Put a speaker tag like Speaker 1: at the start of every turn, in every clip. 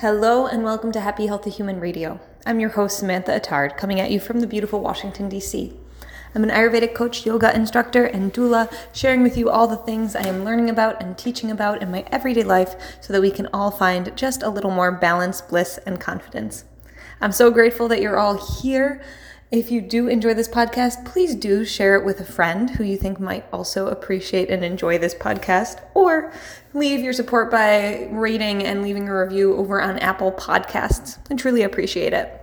Speaker 1: Hello and welcome to Happy Healthy Human Radio. I'm your host, Samantha Attard, coming at you from the beautiful Washington, D.C. I'm an Ayurvedic coach, yoga instructor, and doula, sharing with you all the things I am learning about and teaching about in my everyday life so that we can all find just a little more balance, bliss, and confidence. I'm so grateful that you're all here. If you do enjoy this podcast, please do share it with a friend who you think might also appreciate and enjoy this podcast, or leave your support by rating and leaving a review over on Apple Podcasts. I truly appreciate it.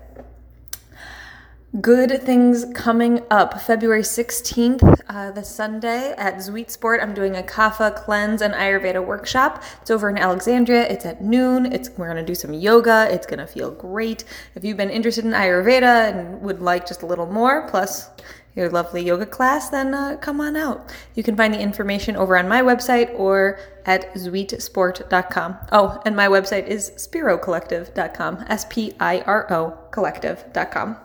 Speaker 1: Good things coming up February 16th, uh, the Sunday at Zweet Sport. I'm doing a Kapha cleanse and Ayurveda workshop. It's over in Alexandria. It's at noon. It's We're going to do some yoga. It's going to feel great. If you've been interested in Ayurveda and would like just a little more, plus your lovely yoga class, then uh, come on out. You can find the information over on my website or at zweetsport.com. Oh, and my website is spirocollective.com, S P I R O collective.com.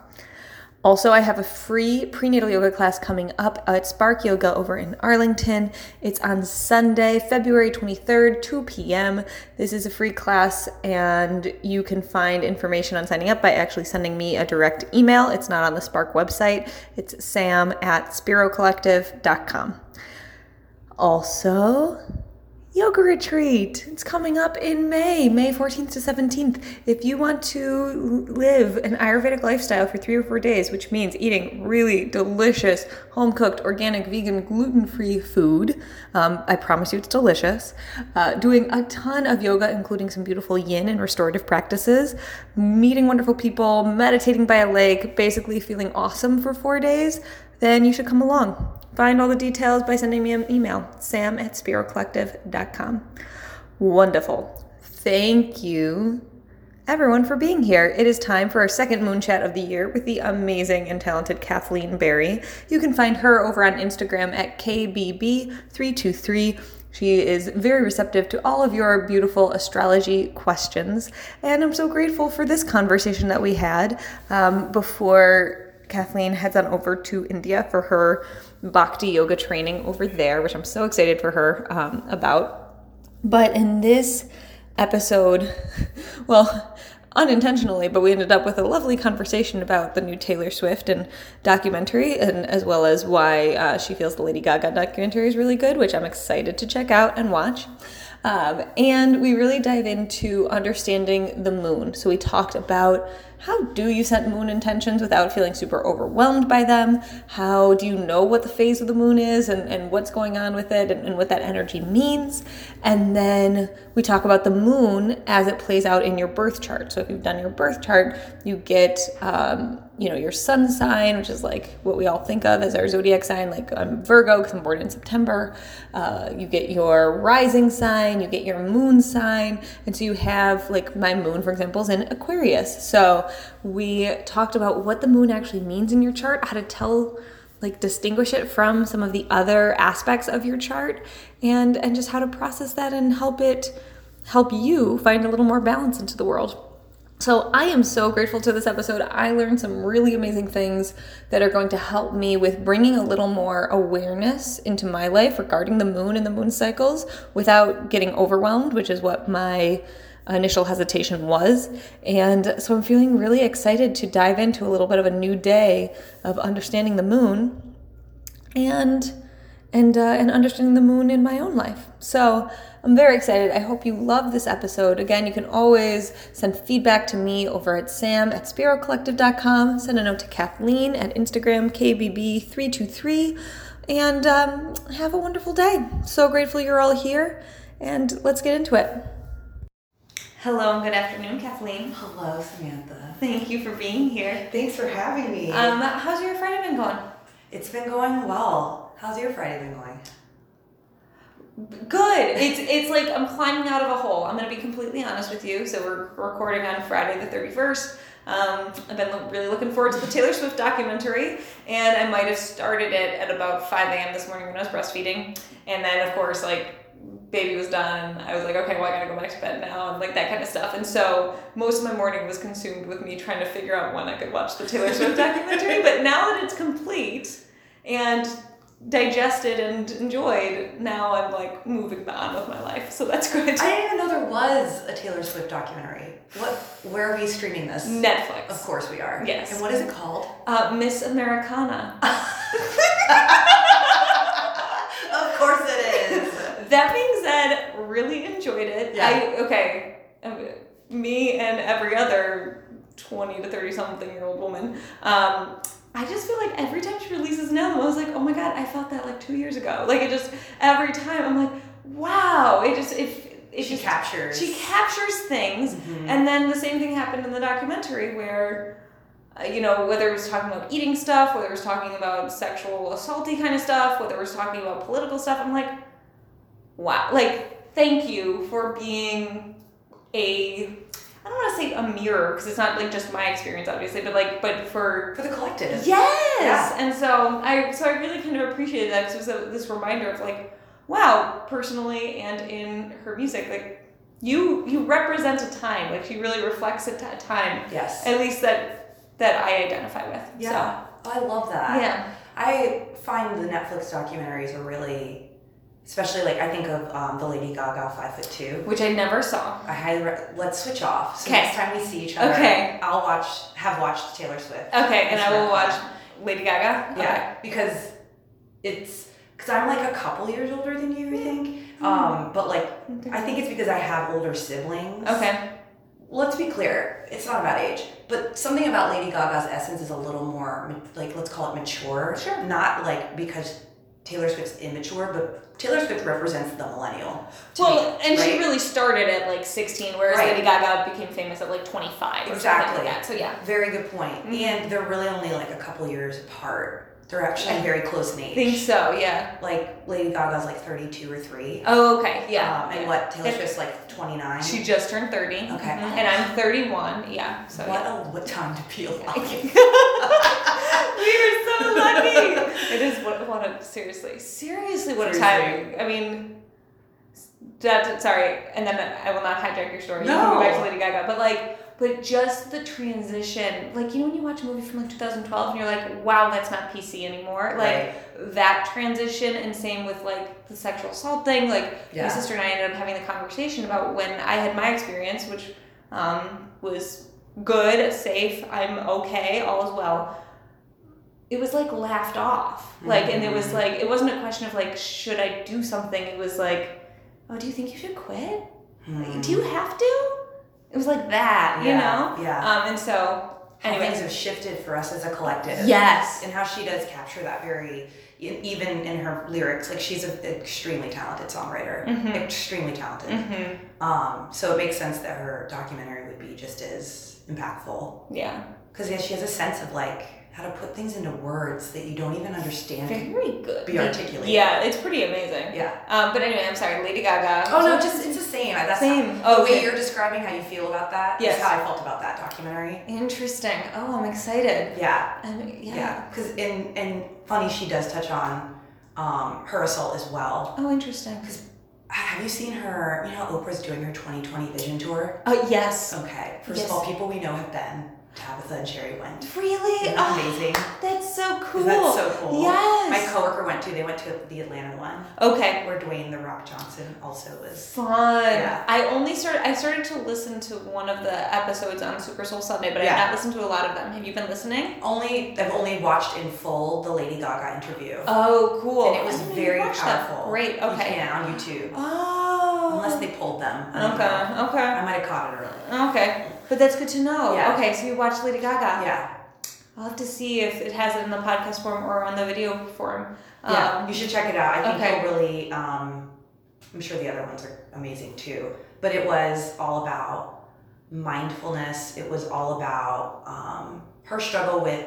Speaker 1: Also, I have a free prenatal yoga class coming up at Spark Yoga over in Arlington. It's on Sunday, February 23rd, 2 p.m. This is a free class, and you can find information on signing up by actually sending me a direct email. It's not on the Spark website, it's sam at spirocollective.com. Also, yoga retreat. It's coming up in May, May 14th to 17th. If you want to live an Ayurvedic lifestyle for three or four days, which means eating really delicious, home cooked, organic, vegan, gluten free food, um, I promise you it's delicious. Uh, doing a ton of yoga, including some beautiful yin and restorative practices, meeting wonderful people, meditating by a lake, basically feeling awesome for four days, then you should come along. Find all the details by sending me an email, sam at spirocollective.com. Wonderful. Thank you, everyone, for being here. It is time for our second moon chat of the year with the amazing and talented Kathleen Berry. You can find her over on Instagram at KBB323. She is very receptive to all of your beautiful astrology questions. And I'm so grateful for this conversation that we had um, before Kathleen heads on over to India for her bhakti yoga training over there, which I'm so excited for her um, about. But in this episode, well, unintentionally, but we ended up with a lovely conversation about the new Taylor Swift and documentary, and as well as why uh, she feels the Lady Gaga documentary is really good, which I'm excited to check out and watch. Um, and we really dive into understanding the moon. So we talked about how do you set moon intentions without feeling super overwhelmed by them? How do you know what the phase of the moon is and, and what's going on with it and, and what that energy means? And then we talk about the moon as it plays out in your birth chart. So if you've done your birth chart, you get um, you know your sun sign which is like what we all think of as our zodiac sign like i'm virgo because i'm born in september uh, you get your rising sign you get your moon sign and so you have like my moon for example is in aquarius so we talked about what the moon actually means in your chart how to tell like distinguish it from some of the other aspects of your chart and and just how to process that and help it help you find a little more balance into the world so, I am so grateful to this episode. I learned some really amazing things that are going to help me with bringing a little more awareness into my life regarding the moon and the moon cycles without getting overwhelmed, which is what my initial hesitation was. And so, I'm feeling really excited to dive into a little bit of a new day of understanding the moon and and uh, and understanding the moon in my own life. So I'm very excited. I hope you love this episode. Again, you can always send feedback to me over at sam at spirocollective.com. Send a note to Kathleen at Instagram kbb323, and um, have a wonderful day. So grateful you're all here, and let's get into it. Hello and good afternoon, Kathleen.
Speaker 2: Hello, Samantha.
Speaker 1: Thank you for being here.
Speaker 2: Thanks for having me.
Speaker 1: Um, how's your Friday been going?
Speaker 2: it's been going well. How's your Friday been going?
Speaker 1: Good. It's it's like I'm climbing out of a hole. I'm gonna be completely honest with you. So we're recording on Friday the 31st. Um, I've been lo- really looking forward to the Taylor Swift documentary, and I might have started it at about 5 a.m. this morning when I was breastfeeding, and then of course like baby was done. I was like, okay, well I gotta go back to bed now, and like that kind of stuff. And so most of my morning was consumed with me trying to figure out when I could watch the Taylor Swift documentary. But now that it's complete and digested and enjoyed. Now I'm like moving on with my life, so that's good.
Speaker 2: I didn't even know there was a Taylor Swift documentary. What? Where are we streaming this?
Speaker 1: Netflix.
Speaker 2: Of course we are.
Speaker 1: Yes.
Speaker 2: And what is it called?
Speaker 1: Uh, Miss Americana.
Speaker 2: Of course it is.
Speaker 1: That being said, really enjoyed it.
Speaker 2: Yeah.
Speaker 1: I okay. um, Me and every other twenty to thirty something year old woman. Um, I just feel like every time she releases an album, I was like, oh my god, I felt that like two years ago. Like it just every time I'm like, wow. It just if it
Speaker 2: she
Speaker 1: just
Speaker 2: captures.
Speaker 1: she captures things and then the same thing happened in the documentary where uh, you know whether it was talking about eating stuff whether it was talking about sexual assaulty kind of stuff whether it was talking about political stuff i'm like wow like thank you for being a i don't want to say a mirror because it's not like just my experience obviously but like but for
Speaker 2: for the collective.
Speaker 1: Yes. And so I so I really kind of appreciated that 'cause it was a, this reminder of like, wow, personally and in her music, like you you represent a time. Like she really reflects a ti- time,
Speaker 2: Yes.
Speaker 1: at least that that I identify with.
Speaker 2: yeah. Oh, I love
Speaker 1: So,
Speaker 2: that.
Speaker 1: yeah.
Speaker 2: I find the Netflix documentaries are really, especially like I think of um, the Lady Gaga Five Foot Two.
Speaker 1: Which I never saw.
Speaker 2: I highly re- let's switch off. So
Speaker 1: Okay.
Speaker 2: next time we see each other,
Speaker 1: Okay.
Speaker 2: I'll watch have watched Taylor Swift.
Speaker 1: Okay, and I will
Speaker 2: Sure.
Speaker 1: watch Lady Gaga.
Speaker 2: Yeah, because it's because I'm like a couple years older than you, I
Speaker 1: Mm-hmm.
Speaker 2: think. Um, but like
Speaker 1: Okay.
Speaker 2: I think it's because I have older siblings.
Speaker 1: Okay.
Speaker 2: Let's be clear, it's not about age, but something about Lady Gaga's essence is a little more ma- like let's call it mature.
Speaker 1: Sure.
Speaker 2: Not like because Taylor Swift's immature, but Taylor Swift represents the millennial. to me,
Speaker 1: Well, and she
Speaker 2: right?
Speaker 1: really started at like 16, whereas
Speaker 2: Right.
Speaker 1: Lady Gaga became famous at like 25. Or
Speaker 2: Exactly.
Speaker 1: Something like that. So yeah.
Speaker 2: very good point.
Speaker 1: Mhm.
Speaker 2: And they're really only like a couple years apart. They're actually very close in
Speaker 1: I
Speaker 2: age.
Speaker 1: think so. Yeah.
Speaker 2: Like Lady Gaga's like thirty two or three.
Speaker 1: Oh, okay. Yeah.
Speaker 2: Um,
Speaker 1: yeah.
Speaker 2: and what Taylor
Speaker 1: And-
Speaker 2: Swift's like 29.
Speaker 1: She just turned 30. Okay. And I'm 31. Yeah. So
Speaker 2: what a what time to be
Speaker 1: yeah. we are
Speaker 2: alive.
Speaker 1: so lucky. It is what, what a seriously, seriously, what a time. I mean, that sorry, and then I will not hijack your story. You can go back to
Speaker 2: No.
Speaker 1: Lady Gaga, but like, but just the transition. Like you know when you watch a movie from like 2012 and you're like, wow, that's not PC anymore. Like that transition and same with like the sexual assault thing like my
Speaker 2: Yeah.
Speaker 1: sister and i ended up having the conversation about when i had my experience which um, was good safe i'm okay all is well it was like laughed off like and it was
Speaker 2: Mhm.
Speaker 1: like it wasn't a question of like should i do something it was like oh do you think you should quit
Speaker 2: Hmm.
Speaker 1: do you have to it was like that you
Speaker 2: Yeah,
Speaker 1: know
Speaker 2: Yeah.
Speaker 1: um, and so
Speaker 2: How things
Speaker 1: anyways
Speaker 2: have shifted for us as a collective.
Speaker 1: yes
Speaker 2: And how she does capture that very, e- even in her lyrics, like she's an extremely talented songwriter.
Speaker 1: Mhm.
Speaker 2: Extremely talented.
Speaker 1: hmm
Speaker 2: Um, so it makes sense that her documentary would be just as impactful.
Speaker 1: yeah
Speaker 2: Because yeah, she has a sense of like how to put things into words that you don't even understand can
Speaker 1: very good
Speaker 2: be articulated.
Speaker 1: Yeah, it's pretty amazing.
Speaker 2: Yeah.
Speaker 1: Um, but anyway, I'm sorry, Lady Gaga.
Speaker 2: Oh no, just it's the same. That's
Speaker 1: same.
Speaker 2: Oh,
Speaker 1: Oh,
Speaker 2: the way
Speaker 1: okay.
Speaker 2: you're describing how you feel about that is
Speaker 1: Yes.
Speaker 2: how I felt about that documentary.
Speaker 1: Interesting. Oh, I'm excited.
Speaker 2: Yeah,
Speaker 1: Um, yeah.
Speaker 2: yeah. Because and and funny, she does touch on um, her assault as well.
Speaker 1: Oh, interesting.
Speaker 2: Have you seen her? You know, Oprah's doing her 2020 Vision tour.
Speaker 1: Oh, yes.
Speaker 2: Okay, first
Speaker 1: Yes.
Speaker 2: of all, people we know have been Tabitha and Sherry went.
Speaker 1: Really?
Speaker 2: Isn't that
Speaker 1: Oh,
Speaker 2: amazing.
Speaker 1: that's so cool.
Speaker 2: That's so cool. My
Speaker 1: Yes.
Speaker 2: coworker went to. They went to the Atlanta one
Speaker 1: okay.
Speaker 2: where Dwayne the Rock Johnson also was.
Speaker 1: Fun.
Speaker 2: Yeah.
Speaker 1: I only started. I started to listen to one of the episodes on Super Soul Sunday, but
Speaker 2: Yeah.
Speaker 1: I've not listened to a lot of them. Have you been listening?
Speaker 2: Only I've only watched in full the Lady Gaga interview.
Speaker 1: Oh, cool.
Speaker 2: and it was
Speaker 1: I didn't even
Speaker 2: very
Speaker 1: watch that.
Speaker 2: powerful.
Speaker 1: Great.
Speaker 2: You
Speaker 1: Okay.
Speaker 2: can on YouTube.
Speaker 1: Oh.
Speaker 2: Unless they pulled them. I don't know.
Speaker 1: Okay. Okay.
Speaker 2: I might have caught it earlier.
Speaker 1: Okay, but that's good to know.
Speaker 2: Yeah.
Speaker 1: Okay, so you watched Lady Gaga.
Speaker 2: Yeah.
Speaker 1: I'll have to see if it has it in the podcast form or on the video form.
Speaker 2: Yeah.
Speaker 1: Um,
Speaker 2: you should check it out. I think
Speaker 1: okay.
Speaker 2: it'll really, um, I'm sure the other ones are amazing too. But it was all about mindfulness. It was all about um, her struggle with,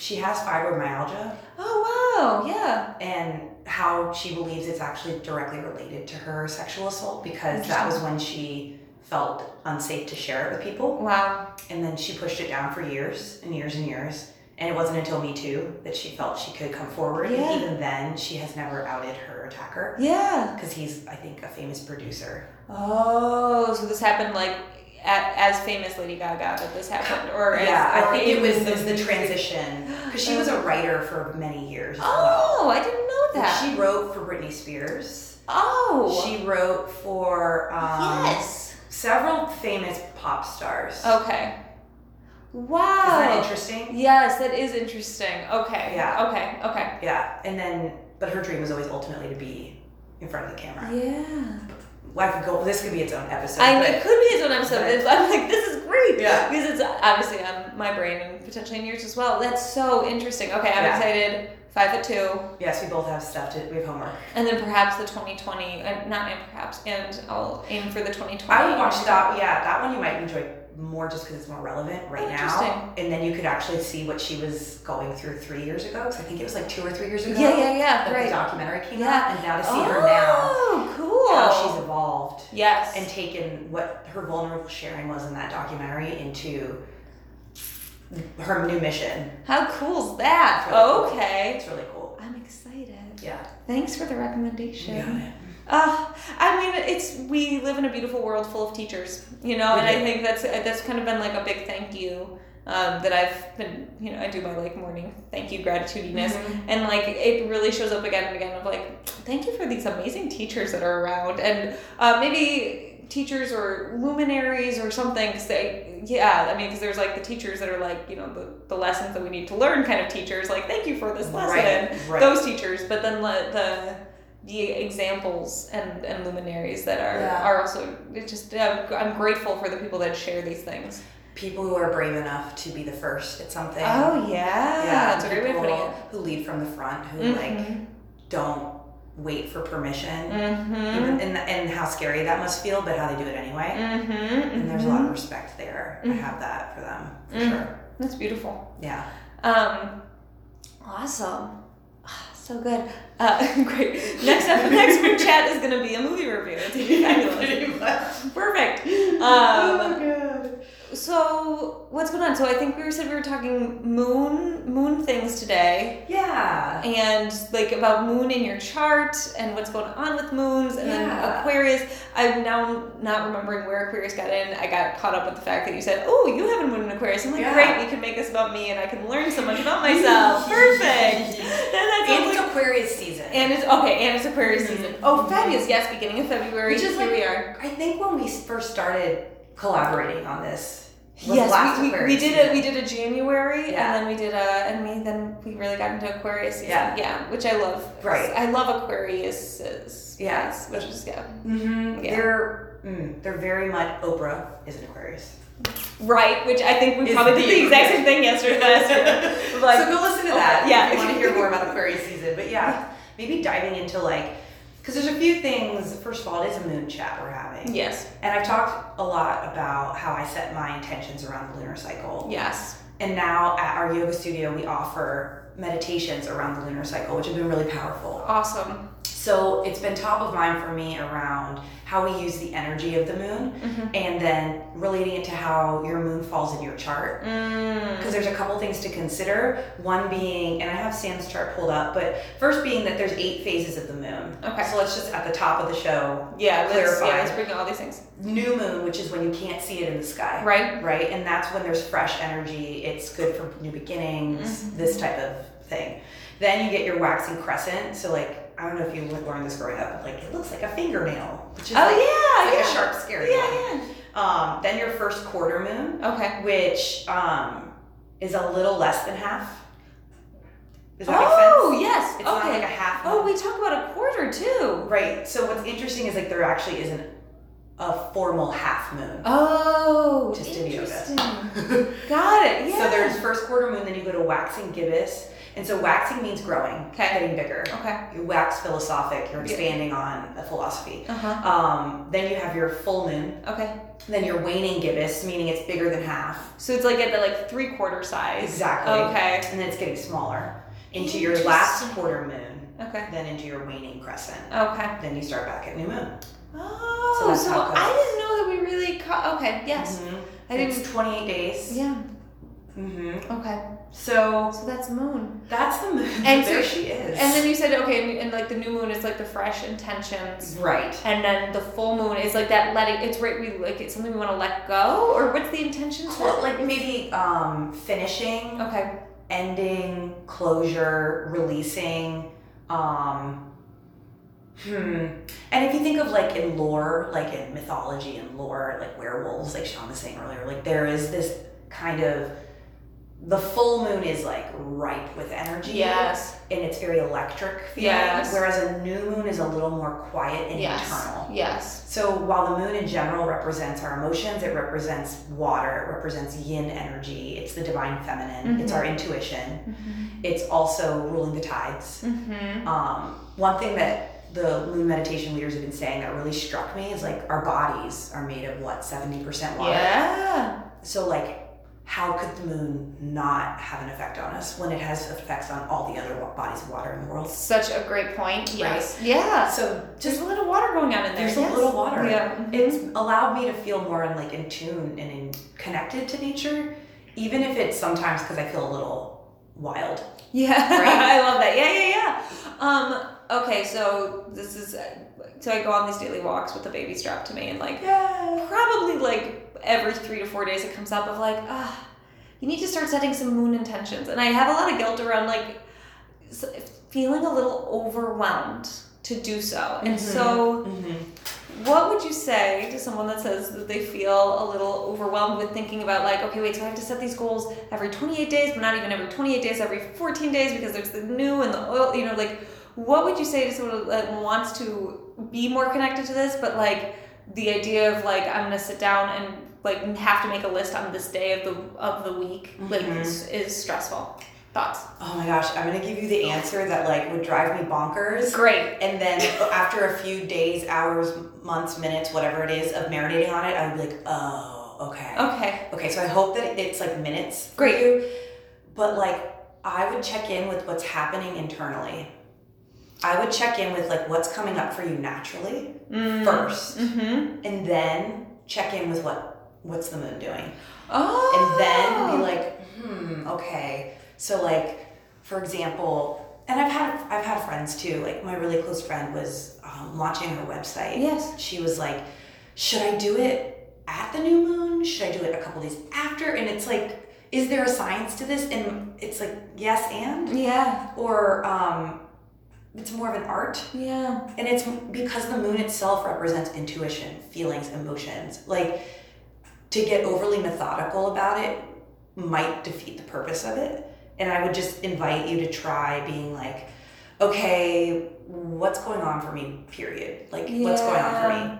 Speaker 2: she has fibromyalgia
Speaker 1: oh wow! Yeah.
Speaker 2: and how she believes it's actually directly related to her sexual assault because that was when she felt unsafe to share it with people.
Speaker 1: Wow.
Speaker 2: and then she pushed it down for years and years and years. And it wasn't until Me Too that she felt she could come forward.
Speaker 1: Yeah.
Speaker 2: And even then, she has never outed her attacker
Speaker 1: Yeah.
Speaker 2: because he's, I think, a famous producer.
Speaker 1: Oh, so this happened like at, as famous Lady Gaga that this happened, or as,
Speaker 2: yeah,
Speaker 1: or
Speaker 2: I think it was, it was the
Speaker 1: music.
Speaker 2: transition because she was a writer for many years. as well.
Speaker 1: Oh, I didn't know that.
Speaker 2: She wrote for Britney Spears.
Speaker 1: oh,
Speaker 2: She wrote for um,
Speaker 1: yes.
Speaker 2: several famous pop stars.
Speaker 1: Okay.
Speaker 2: Is that
Speaker 1: Oh, Wow.
Speaker 2: interesting?
Speaker 1: Yes, that is interesting. Okay.
Speaker 2: Yeah.
Speaker 1: Okay. Okay.
Speaker 2: Yeah, and then but her dream was always ultimately to be in front of the camera.
Speaker 1: Yeah.
Speaker 2: Well, I could go. This could be its own episode.
Speaker 1: I
Speaker 2: but-
Speaker 1: it could be its own episode.
Speaker 2: but-
Speaker 1: It's- I'm like, this is great.
Speaker 2: Uh, Yeah.
Speaker 1: Because it's obviously on my brain and potentially in yours as well. That's so interesting. Okay, I'm
Speaker 2: Yeah.
Speaker 1: excited. Five foot two,
Speaker 2: Yes, we both have stuff to. We have homework.
Speaker 1: and then perhaps the 2020. Uh, not and perhaps, and I'll aim for the 2020.
Speaker 2: I would watch that. Yeah, that one you might enjoy more just because it's more relevant right
Speaker 1: Oh,
Speaker 2: now.
Speaker 1: interesting.
Speaker 2: And then you could actually see what she was going through three years ago. Because I think it was like two or three years ago.
Speaker 1: Yeah, yeah, yeah.
Speaker 2: That the
Speaker 1: Right.
Speaker 2: documentary came
Speaker 1: Yeah.
Speaker 2: out, and now to see
Speaker 1: oh,
Speaker 2: her now,
Speaker 1: cool.
Speaker 2: how she's evolved
Speaker 1: yes.
Speaker 2: and taken what her vulnerable sharing was in that documentary into her new mission.
Speaker 1: how cool's that?
Speaker 2: It's really cool.
Speaker 1: okay.
Speaker 2: It's really cool.
Speaker 1: I'm excited.
Speaker 2: Yeah.
Speaker 1: Thanks for the recommendation.
Speaker 2: You got it.
Speaker 1: Uh, I mean, it's we live in a beautiful world full of teachers, you know,
Speaker 2: We
Speaker 1: and I
Speaker 2: do.
Speaker 1: think that's that's kind of been like a big thank you um, that I've been, you know, I do my like morning thank you gratitudiness, and like it really shows up again and again of like thank you for these amazing teachers that are around, and uh, maybe teachers or luminaries or something 'cause they yeah i mean because there's like the teachers that are like you know the, the lessons that we need to learn kind of teachers like thank you for this lesson
Speaker 2: Right. Right.
Speaker 1: those teachers, but then the the, the examples and, and luminaries that are
Speaker 2: Yeah.
Speaker 1: are also it just I'm, I'm grateful for the people that share these things.
Speaker 2: People who are brave enough to be the first at something.
Speaker 1: Oh yeah, that's a great way of
Speaker 2: people
Speaker 1: putting it.
Speaker 2: Who lead from the front, who like don't wait for permission,
Speaker 1: mm-hmm.
Speaker 2: even, and, and how scary that must feel, but how they do it anyway.
Speaker 1: Mm-hmm.
Speaker 2: And there's a lot of respect there. I
Speaker 1: Mhm.
Speaker 2: have that for them, for
Speaker 1: Mhm.
Speaker 2: sure.
Speaker 1: That's beautiful.
Speaker 2: Yeah.
Speaker 1: Um, awesome. Ah, So good. Uh, great. Next up, next group chat is going to be a movie review. It's going to be fabulous. Perfect. Um, So what's going on? So I think we were said we were talking moon moon things today,
Speaker 2: Yeah.
Speaker 1: and like about moon in your chart and what's going on with moons, and then
Speaker 2: Yeah.
Speaker 1: Aquarius. I'm now not remembering where Aquarius got in. I got caught up with the fact that you said, "Oh, you have a moon in Aquarius." I'm like,
Speaker 2: Yeah.
Speaker 1: "Great, we can make this about me, and I can learn so much about myself." Perfect. Then that's
Speaker 2: and
Speaker 1: all
Speaker 2: it's
Speaker 1: like-
Speaker 2: Aquarius season.
Speaker 1: and it's okay, and it's Aquarius
Speaker 2: Mhm.
Speaker 1: season. Oh, fabulous! Yes, beginning of February.
Speaker 2: Which is
Speaker 1: here
Speaker 2: like-
Speaker 1: we are.
Speaker 2: I think when we first started collaborating on this, was
Speaker 1: Yes,
Speaker 2: last
Speaker 1: we, we, we
Speaker 2: Aquarius
Speaker 1: did
Speaker 2: season.
Speaker 1: it. We did a January,
Speaker 2: Yeah.
Speaker 1: and then we did a, and we then we really got into Aquarius. Season.
Speaker 2: Yeah.
Speaker 1: yeah, which I love.
Speaker 2: Right.
Speaker 1: I love Aquariuses.
Speaker 2: Yeah.
Speaker 1: guys, which is yeah,
Speaker 2: Mm-hmm.
Speaker 1: Yeah.
Speaker 2: They're mm, they're very much Oprah is an Aquarius.
Speaker 1: right. Which I think we
Speaker 2: Is
Speaker 1: probably did
Speaker 2: the-
Speaker 1: the exact same thing yesterday. last year. Like,
Speaker 2: so go listen to
Speaker 1: okay,
Speaker 2: that.
Speaker 1: yeah.
Speaker 2: if you want to hear more about Aquarius season. But yeah, maybe diving into like, because there's a few things. First of all, it is a moon chat we're having,
Speaker 1: yes,
Speaker 2: and I've talked a lot about how I set my intentions around the lunar cycle.
Speaker 1: yes,
Speaker 2: And now at our yoga studio, we offer meditations around the lunar cycle, which have been really powerful.
Speaker 1: awesome.
Speaker 2: So it's been top of mind for me around how we use the energy of the moon,
Speaker 1: Mhm.
Speaker 2: and then relating it to how your moon falls in your chart
Speaker 1: Mm.
Speaker 2: because there's a couple things to consider. One being, and I have Sam's chart pulled up, but first being that there's eight phases of the moon.
Speaker 1: Okay.
Speaker 2: So let's just at the top of the show,
Speaker 1: Yeah, let's, yeah,
Speaker 2: Clarify.
Speaker 1: let's bring all these things.
Speaker 2: new moon, which is when you can't see it in the sky,
Speaker 1: Right.
Speaker 2: right? And that's when there's fresh energy. It's good for new beginnings,
Speaker 1: Mm-hmm.
Speaker 2: this type of thing. Then you get your waxing crescent. So like. I don't know if you learned this growing up, but like it looks like a fingernail, which is like,
Speaker 1: oh
Speaker 2: like
Speaker 1: yeah,
Speaker 2: a sharp, scary
Speaker 1: yeah,
Speaker 2: one.
Speaker 1: yeah,
Speaker 2: Um, then your first quarter moon,
Speaker 1: yeah. Okay.
Speaker 2: which um, is a little less than half. Does that
Speaker 1: oh
Speaker 2: make sense?
Speaker 1: yes.
Speaker 2: It's
Speaker 1: okay.
Speaker 2: not like a half.
Speaker 1: oh, we talk about a quarter too.
Speaker 2: right. So what's interesting is like there actually isn't a formal half moon.
Speaker 1: Oh,
Speaker 2: Just in yoga.
Speaker 1: interesting. Got it. Yeah.
Speaker 2: So there's first quarter moon, then you go to waxing gibbous, and so waxing means growing,
Speaker 1: Okay.
Speaker 2: getting bigger.
Speaker 1: okay.
Speaker 2: You wax philosophic. You're
Speaker 1: Yeah.
Speaker 2: expanding on a philosophy.
Speaker 1: Uh huh.
Speaker 2: Um, then you have your full moon.
Speaker 1: Okay.
Speaker 2: Then your waning gibbous, meaning it's bigger than half.
Speaker 1: So it's like at the like three quarter size.
Speaker 2: Exactly.
Speaker 1: Okay.
Speaker 2: And then it's getting smaller into your last quarter moon,
Speaker 1: Okay.
Speaker 2: then into your waning crescent.
Speaker 1: Okay.
Speaker 2: Then you start back at new moon.
Speaker 1: Oh,
Speaker 2: So
Speaker 1: so,
Speaker 2: that's how it
Speaker 1: I didn't know that we really caught. Okay. Yes.
Speaker 2: Mhm.
Speaker 1: I didn't.
Speaker 2: It's 28 days.
Speaker 1: Yeah.
Speaker 2: hmm
Speaker 1: Okay.
Speaker 2: So
Speaker 1: So that's moon.
Speaker 2: that's the moon.
Speaker 1: And
Speaker 2: there
Speaker 1: so-
Speaker 2: she is.
Speaker 1: And then you said, okay, and, and like the new moon is like the fresh intentions.
Speaker 2: right.
Speaker 1: And then the full moon is like that letting, it's right, we like, it's something we want to let go? Or what's the intentions for?
Speaker 2: Well, like maybe um, finishing,
Speaker 1: Okay.
Speaker 2: ending, closure, releasing. Um, hmm. And if you think of like in lore, like in mythology and lore, like werewolves, like Sean was saying earlier, like there is this kind of the full moon is like ripe with energy.
Speaker 1: Yes.
Speaker 2: and it's very electric feeling,
Speaker 1: Yes.
Speaker 2: whereas a new moon is a little more quiet and
Speaker 1: Yes.
Speaker 2: internal.
Speaker 1: Yes.
Speaker 2: So while the moon in general represents our emotions, it represents water, it represents yin energy, it's the divine feminine, it's
Speaker 1: Mhm.
Speaker 2: our intuition,
Speaker 1: Mm-hmm.
Speaker 2: it's also ruling the tides.
Speaker 1: Mm-hmm.
Speaker 2: Um, one thing that the moon meditation leaders have been saying that really struck me is like our bodies are made of what, 70% water?
Speaker 1: Yeah.
Speaker 2: So, like, how could the moon not have an effect on us when it has effects on all the other wa- bodies of water in the world?
Speaker 1: Such a great point. Yes. Yeah.
Speaker 2: So,
Speaker 1: There's
Speaker 2: just
Speaker 1: a little water going on in there.
Speaker 2: There's a
Speaker 1: yes. Oh,
Speaker 2: little water.
Speaker 1: Yeah. Mm-hmm.
Speaker 2: It's allowed me to feel more in, like in tune and in connected to nature, even if it's sometimes because I feel a little wild.
Speaker 1: Yeah,
Speaker 2: Right?
Speaker 1: I love that. Yeah, yeah, yeah. Um, okay, so this is so I go on these daily walks with the baby strapped to me, and like
Speaker 2: Yeah.
Speaker 1: probably like every three to four days it comes up of like ah, you need to start setting some moon intentions, and I have a lot of guilt around like s- feeling a little overwhelmed to do so, and
Speaker 2: Mhm.
Speaker 1: so
Speaker 2: hmm
Speaker 1: what would you say to someone that says that they feel a little overwhelmed with thinking about like, okay, wait, so I have to set these goals every 28 days, but not even every 28 days, every 14 days because there's the new and the oil, you know, like what would you say to someone that wants to be more connected to this, but like the idea of like I'm gonna sit down and like have to make a list on this day of the of the week like
Speaker 2: Mhm.
Speaker 1: is, is stressful. Thoughts?
Speaker 2: Oh my gosh, I'm gonna give you the answer that like would drive me bonkers.
Speaker 1: Great.
Speaker 2: And then after a few days, hours, months, minutes, whatever it is of marinating on it, I would be like, oh, okay.
Speaker 1: Okay.
Speaker 2: Okay, so I hope that it's like minutes for
Speaker 1: Great.
Speaker 2: you, but like I would check in with what's happening internally. I would check in with like what's coming up for you naturally first,
Speaker 1: Mm-hmm.
Speaker 2: and then check in with what what's the moon doing,
Speaker 1: Oh.
Speaker 2: and then be like, hmm, okay. So like, for example, and I've had I've had friends too. Like my really close friend was um, launching her website,
Speaker 1: Yes.
Speaker 2: she was like, should I do it at the new moon? Should I do it a couple days after? And it's like, is there a science to this? And it's like, yes and
Speaker 1: Yeah.
Speaker 2: or um it's more of an art
Speaker 1: Yeah.
Speaker 2: and it's because the moon itself represents intuition, feelings, emotions. Like to get overly methodical about it might defeat the purpose of it. And I would just invite you to try being like, okay, what's going on for me, period? Like, what's going on for me?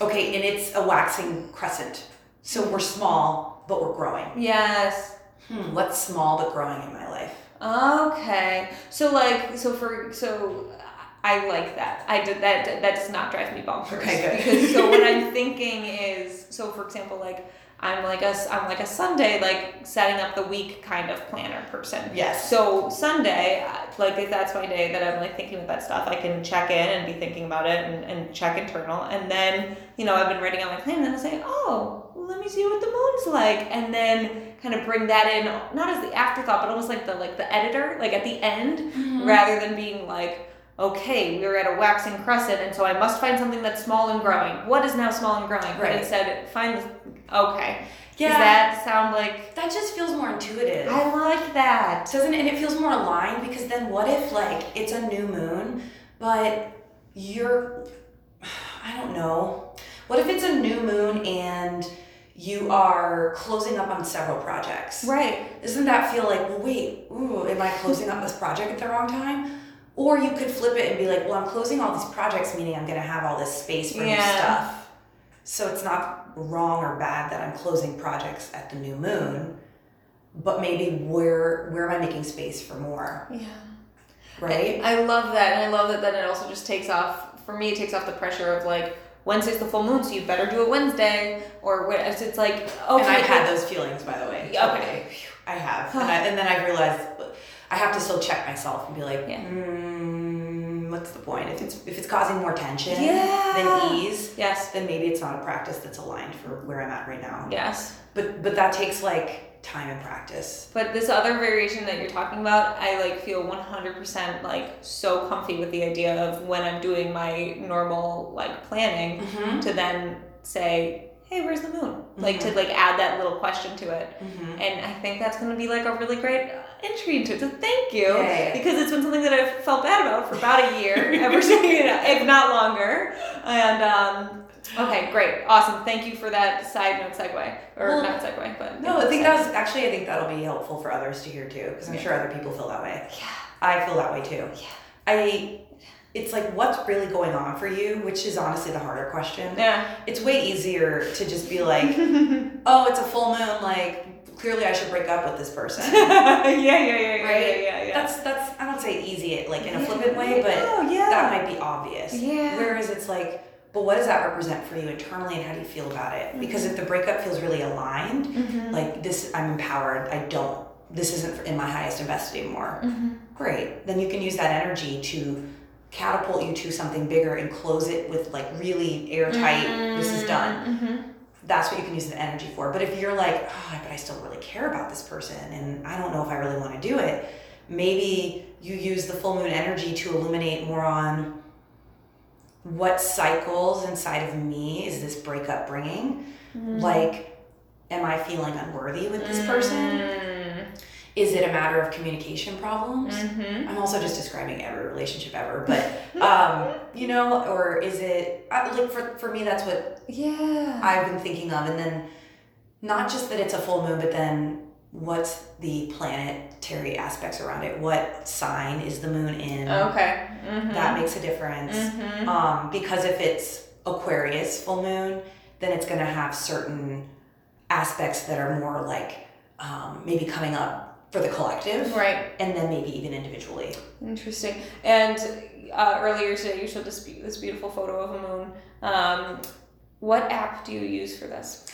Speaker 2: Okay, and it's a waxing crescent. So we're small, but we're growing.
Speaker 1: Yes.
Speaker 2: Hmm, what's small but growing in my life?
Speaker 1: Okay. So like so for so I like that. I did that that does not drive me bonkers.
Speaker 2: Okay, good.
Speaker 1: Because so what I'm thinking is so for example like I'm like a I'm like a Sunday like setting up the week kind of planner person.
Speaker 2: Yes.
Speaker 1: So Sunday, I- like if that's my day that I'm like thinking about that stuff, I can check in and be thinking about it and, and check internal. And then, you know, I've been writing out my plan and then I say, oh, well, let me see what the moon's like. And then kind of bring that in, not as the afterthought, but almost like the, like the editor, like at the end, rather than being like, okay, we were at a waxing crescent. And so I must find something that's small and growing. What is now small and growing? But
Speaker 2: Right.
Speaker 1: instead find, okay.
Speaker 2: Yeah.
Speaker 1: Does that sound like,
Speaker 2: that just feels more intuitive.
Speaker 1: I like that.
Speaker 2: doesn't it? And it feels more aligned because then what if like it's a new moon, but you're I don't know. What if it's a new moon and you are closing up on several projects?
Speaker 1: Right.
Speaker 2: Doesn't that feel like, well, wait, ooh, am I closing up this project at the wrong time? Or you could flip it and be like, well, I'm closing all these projects, meaning I'm gonna have all this space for new
Speaker 1: Yeah.
Speaker 2: stuff. So it's not wrong or bad that I'm closing projects at the new moon, but maybe where where am I making space for more?
Speaker 1: Yeah.
Speaker 2: Right?
Speaker 1: I love that. And I love that then it also just takes off, for me, it takes off the pressure of like, Wednesday's the full moon, so you better do it Wednesday. Or what? It's it's like, okay.
Speaker 2: and I've had those feelings, by the way.
Speaker 1: Yeah, okay.
Speaker 2: Totally. I have, and, I, and then I realized I have to still check myself and be like,
Speaker 1: Yeah.
Speaker 2: mm, what's the point? If it's if it's causing more tension
Speaker 1: Yeah.
Speaker 2: than ease,
Speaker 1: Yes.
Speaker 2: then maybe it's not a practice that's aligned for where I'm at right now.
Speaker 1: Yes.
Speaker 2: But but that takes like time and practice.
Speaker 1: But this other variation that you're talking about, I like feel 100% like so comfy with the idea of when I'm doing my normal like planning
Speaker 2: Mm-hmm.
Speaker 1: to then say, hey, where's the moon? Like to
Speaker 2: Mhm.
Speaker 1: like add that little question to it.
Speaker 2: Mm-hmm.
Speaker 1: And I think that's going to be like a really great uh, entry into it. So thank you.
Speaker 2: Yeah, yeah, yeah.
Speaker 1: Because it's been something that I've felt bad about for about a year, ever since, you know, if not longer. And um, okay, great. Awesome. Thank you for that side note segue. Or
Speaker 2: Well,
Speaker 1: not segue, but.
Speaker 2: No, I think that was actually, I think that'll be helpful for others to hear too, because I'm sure other people feel that way.
Speaker 1: Yeah.
Speaker 2: I feel that way too.
Speaker 1: Yeah.
Speaker 2: I, it's like, what's really going on for you? Which is honestly the harder question.
Speaker 1: Yeah.
Speaker 2: It's way easier to just be like, oh, it's a full moon. Like, clearly I should break up with this person.
Speaker 1: yeah, yeah, yeah, yeah,
Speaker 2: Right?
Speaker 1: yeah, yeah, yeah.
Speaker 2: That's, that's, I don't say easy, like in a
Speaker 1: Yeah.
Speaker 2: flippant way, but
Speaker 1: oh yeah,
Speaker 2: that might be obvious.
Speaker 1: Yeah.
Speaker 2: Whereas it's like, but what does that represent for you internally and how do you feel about it? Because if the breakup feels really aligned,
Speaker 1: Mhm.
Speaker 2: like this, I'm empowered, I don't, this isn't in my highest and best anymore.
Speaker 1: Mhm.
Speaker 2: Great. Then you can use that energy to catapult you to something bigger and close it with like really airtight, this is done.
Speaker 1: Mhm.
Speaker 2: That's what you can use the energy for. But if you're like, oh, but I still really care about this person and I don't know if I really want to do it, maybe you use the full moon energy to illuminate more on what cycles inside of me is this breakup bringing?
Speaker 1: Mm-hmm.
Speaker 2: Like, am I feeling unworthy with this person?
Speaker 1: Mm-hmm.
Speaker 2: Is it a matter of communication problems?
Speaker 1: Mhm.
Speaker 2: I'm also just describing every relationship ever, but um, you know, or is it I, like for for me that's what
Speaker 1: Yeah.
Speaker 2: I've been thinking of, and then not just that it's a full moon, but then what's the planetary aspects around it? What sign is the moon in?
Speaker 1: okay. Mhm.
Speaker 2: That makes a difference.
Speaker 1: Mhm.
Speaker 2: Um, because if it's Aquarius full moon, then it's going to have certain aspects that are more like um, maybe coming up for the collective
Speaker 1: Right.
Speaker 2: and then maybe even individually.
Speaker 1: Interesting. And uh, earlier today, you showed this be- this beautiful photo of a moon. Um, what app do you use for this?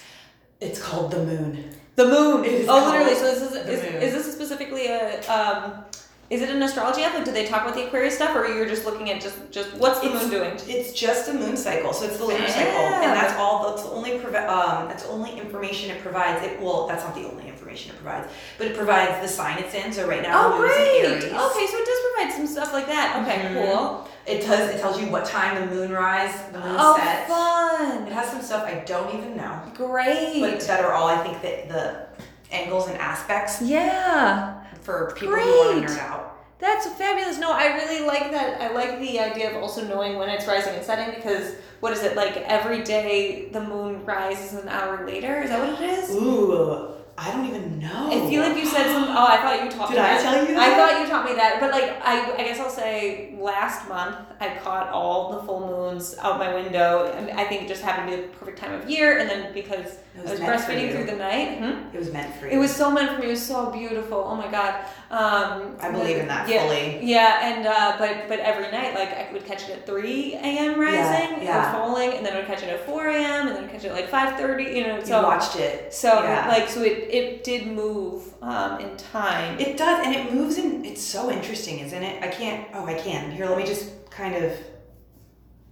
Speaker 2: It's called the moon.
Speaker 1: The moon.
Speaker 2: It is
Speaker 1: oh, literally.
Speaker 2: called
Speaker 1: So this is
Speaker 2: the
Speaker 1: is,
Speaker 2: moon.
Speaker 1: is this specifically a um, is it an astrology app? Like, do they talk about the Aquarius stuff, or you're just looking at just just what's the
Speaker 2: It's-
Speaker 1: moon doing?
Speaker 2: It's just the moon cycle, so it's the lunar cycle, and that's all. That's the only provi- um, that's the only information it provides. It well, that's not the only information it provides, but it provides the sign it's in. So right now,
Speaker 1: Oh,
Speaker 2: the moon's in
Speaker 1: great.
Speaker 2: Aries.
Speaker 1: Okay, so it does provide some stuff like that. Okay,
Speaker 2: Mhm.
Speaker 1: cool.
Speaker 2: It does. It tells you what time the moon rise, the moon
Speaker 1: Oh,
Speaker 2: sets. It
Speaker 1: fun.
Speaker 2: has some stuff I don't even know.
Speaker 1: Great.
Speaker 2: but that are all I think that the angles and aspects
Speaker 1: yeah,
Speaker 2: for people who want
Speaker 1: Great.
Speaker 2: to nerd out.
Speaker 1: that's fabulous. No, I really like that. I like the idea of also knowing when it's rising and setting because what is it like every day the moon rises an hour later? Is that what it is?
Speaker 2: Ooh, I don't even know.
Speaker 1: I feel like you said some. Oh, I thought you taught
Speaker 2: Did
Speaker 1: me
Speaker 2: I
Speaker 1: that.
Speaker 2: tell
Speaker 1: I
Speaker 2: you? That?
Speaker 1: thought you taught me that, but like I, I guess I'll say last month I caught all the full moons out my window, and I think it just happened to be the perfect time of year. And then because
Speaker 2: it
Speaker 1: I was
Speaker 2: meant for
Speaker 1: breastfeeding
Speaker 2: you.
Speaker 1: through the night, hmm?
Speaker 2: It was meant for you.
Speaker 1: it was so meant for me. It was so beautiful. Oh my god! Um,
Speaker 2: I believe in that
Speaker 1: yeah,
Speaker 2: fully.
Speaker 1: Yeah, and uh, but but every night, like I would catch it at three a.m. rising
Speaker 2: yeah.
Speaker 1: or falling, and then I would catch it at four a.m. and then I'd catch it at like five thirty. You know,
Speaker 2: You
Speaker 1: so
Speaker 2: watched it.
Speaker 1: so
Speaker 2: Yeah.
Speaker 1: like so it it did move um, in time.
Speaker 2: It does, and it moves, and it's so interesting, isn't it? I can't. Oh, I can. Here, let me just kind of.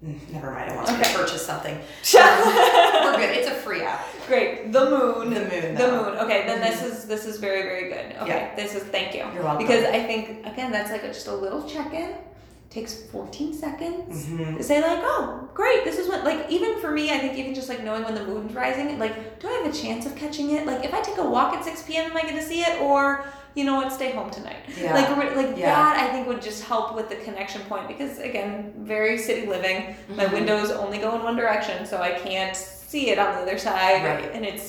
Speaker 2: Mm, Never mind. I want to
Speaker 1: Okay.
Speaker 2: purchase something. We're good. It's a free app.
Speaker 1: Great. The
Speaker 2: The
Speaker 1: moon.
Speaker 2: moon.
Speaker 1: The
Speaker 2: though.
Speaker 1: moon. Okay, then this is this is very very good. Okay,
Speaker 2: Mm-hmm. Yeah.
Speaker 1: this is thank you
Speaker 2: You're welcome.
Speaker 1: because I think again that's like a, just a little check in. Takes fourteen seconds.
Speaker 2: Mhm.
Speaker 1: to say like, oh, great, this is what like even for me, I think even just like knowing when the moon's rising, like, do I have a chance of catching it? Like, if I take a walk at six p.m., am I going to see it? Or you know what, stay home tonight.
Speaker 2: Yeah.
Speaker 1: Like, re- like
Speaker 2: Yeah.
Speaker 1: that, I think would just help with the connection point because again, very city living. My
Speaker 2: Mhm.
Speaker 1: windows only go in one direction, so I can't see it on the other side,
Speaker 2: Right.
Speaker 1: and it's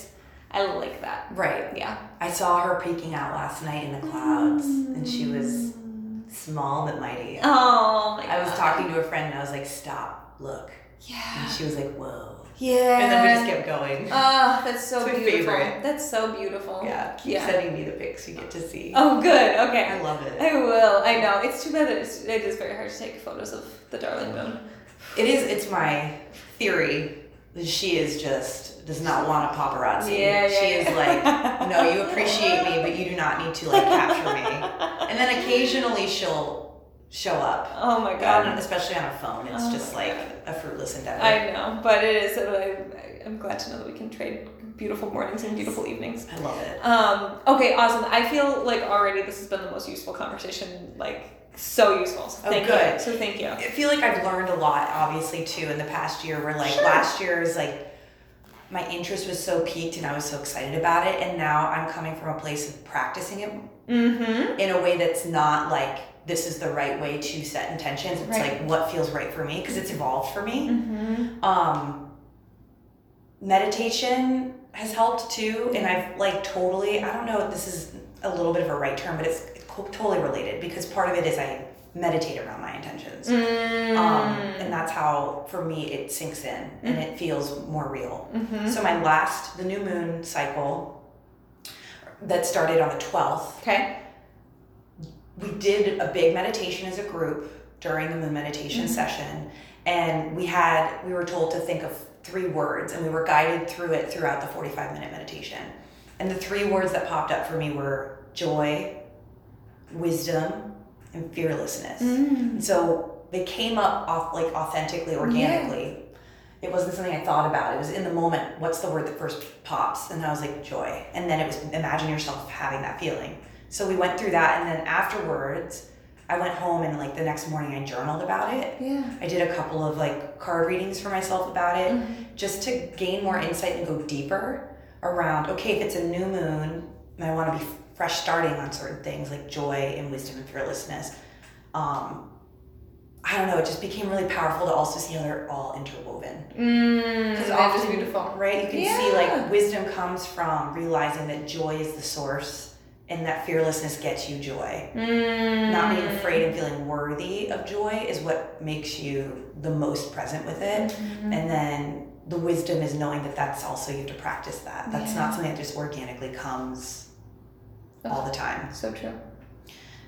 Speaker 1: I like that.
Speaker 2: Mm-hmm. Right.
Speaker 1: Yeah.
Speaker 2: I saw her peeking out last night in the clouds, and she was Mm. small but mighty.
Speaker 1: Oh my god.
Speaker 2: I was talking to a friend, and I was like, "Stop, look," and
Speaker 1: Yeah.
Speaker 2: she was like, "Whoa,"
Speaker 1: Yeah.
Speaker 2: and then we just kept going.
Speaker 1: Oh, that's so
Speaker 2: It's my
Speaker 1: beautiful.
Speaker 2: favorite.
Speaker 1: That's so beautiful.
Speaker 2: Oh, yeah, keep
Speaker 1: yeah.
Speaker 2: sending me the pics. You get to see.
Speaker 1: Oh, good. Okay.
Speaker 2: I love it.
Speaker 1: I will. I know. It's too bad that it's, it is very hard to take photos of the darling moon.
Speaker 2: It is. It's my theory. that She is just does not want a paparazzi.
Speaker 1: Yeah, yeah,
Speaker 2: she
Speaker 1: yeah.
Speaker 2: is like, no, you appreciate me, but you do not need to like capture me. And then occasionally she'll show up,
Speaker 1: Oh my
Speaker 2: um,
Speaker 1: god.
Speaker 2: especially on a phone. It's
Speaker 1: Oh
Speaker 2: just
Speaker 1: my
Speaker 2: like
Speaker 1: God.
Speaker 2: a fruitless endeavor.
Speaker 1: uh, I know, but it is. I, I'm glad to know that we can trade beautiful mornings and beautiful evenings.
Speaker 2: I love it.
Speaker 1: Um, okay, awesome. I feel like already this has been the most useful conversation, like so useful. So
Speaker 2: Oh,
Speaker 1: thank you.
Speaker 2: good.
Speaker 1: So thank you.
Speaker 2: I feel like I've learned a lot, obviously, too, in the past year. Where like
Speaker 1: Sure.
Speaker 2: last year's like my interest was so peaked and I was so excited about it, and now I'm coming from a place of practicing it
Speaker 1: Mm-hmm.
Speaker 2: in a way that's not like this is the right way to set intentions. It's
Speaker 1: Right.
Speaker 2: like what feels right for me because it's evolved for me.
Speaker 1: Mm-hmm.
Speaker 2: um meditation has helped too and
Speaker 1: Mm-hmm.
Speaker 2: i've like totally i don't know if this is a little bit of a right term but it's co- totally related because part of it is i meditate around my intentions
Speaker 1: Mm.
Speaker 2: um,
Speaker 1: Mm-hmm.
Speaker 2: and that's how for me it sinks in and it feels more real
Speaker 1: Mm. mm-hmm.
Speaker 2: so my last the new moon cycle that started on the 12th
Speaker 1: Okay.
Speaker 2: we did a big meditation as a group during the moon meditation session and we had we were told to think of three words and we were guided through it throughout the 45 minute meditation and the three words that popped up for me were joy wisdom and fearlessness
Speaker 1: Mm.
Speaker 2: and so they came up off like authentically organically it wasn't something i thought about it was in the moment what's the word that first pops and i was like joy and then it was imagine yourself having that feeling so we went through that and then afterwards i went home and like the next morning i journaled about it
Speaker 1: Yeah.
Speaker 2: i did a couple of like card readings for myself about it
Speaker 1: Mhm.
Speaker 2: just to gain more insight and go deeper around okay if it's a new moon and i want to be fresh starting on certain things like joy and wisdom and fearlessness um, i don't know it just became really powerful to also see how they're all interwoven
Speaker 1: Mm.
Speaker 2: because
Speaker 1: That is
Speaker 2: often,
Speaker 1: beautiful.
Speaker 2: right? You can see
Speaker 1: Yeah.
Speaker 2: like wisdom comes from realizing that joy is the source, and that fearlessness gets you joy.
Speaker 1: Mm.
Speaker 2: Not being afraid and feeling worthy of joy is what makes you the most present with it.
Speaker 1: Mhm.
Speaker 2: And then the wisdom is knowing that that's also you have to practice that. That's
Speaker 1: Yeah.
Speaker 2: not something that just organically comes all the time.
Speaker 1: So true.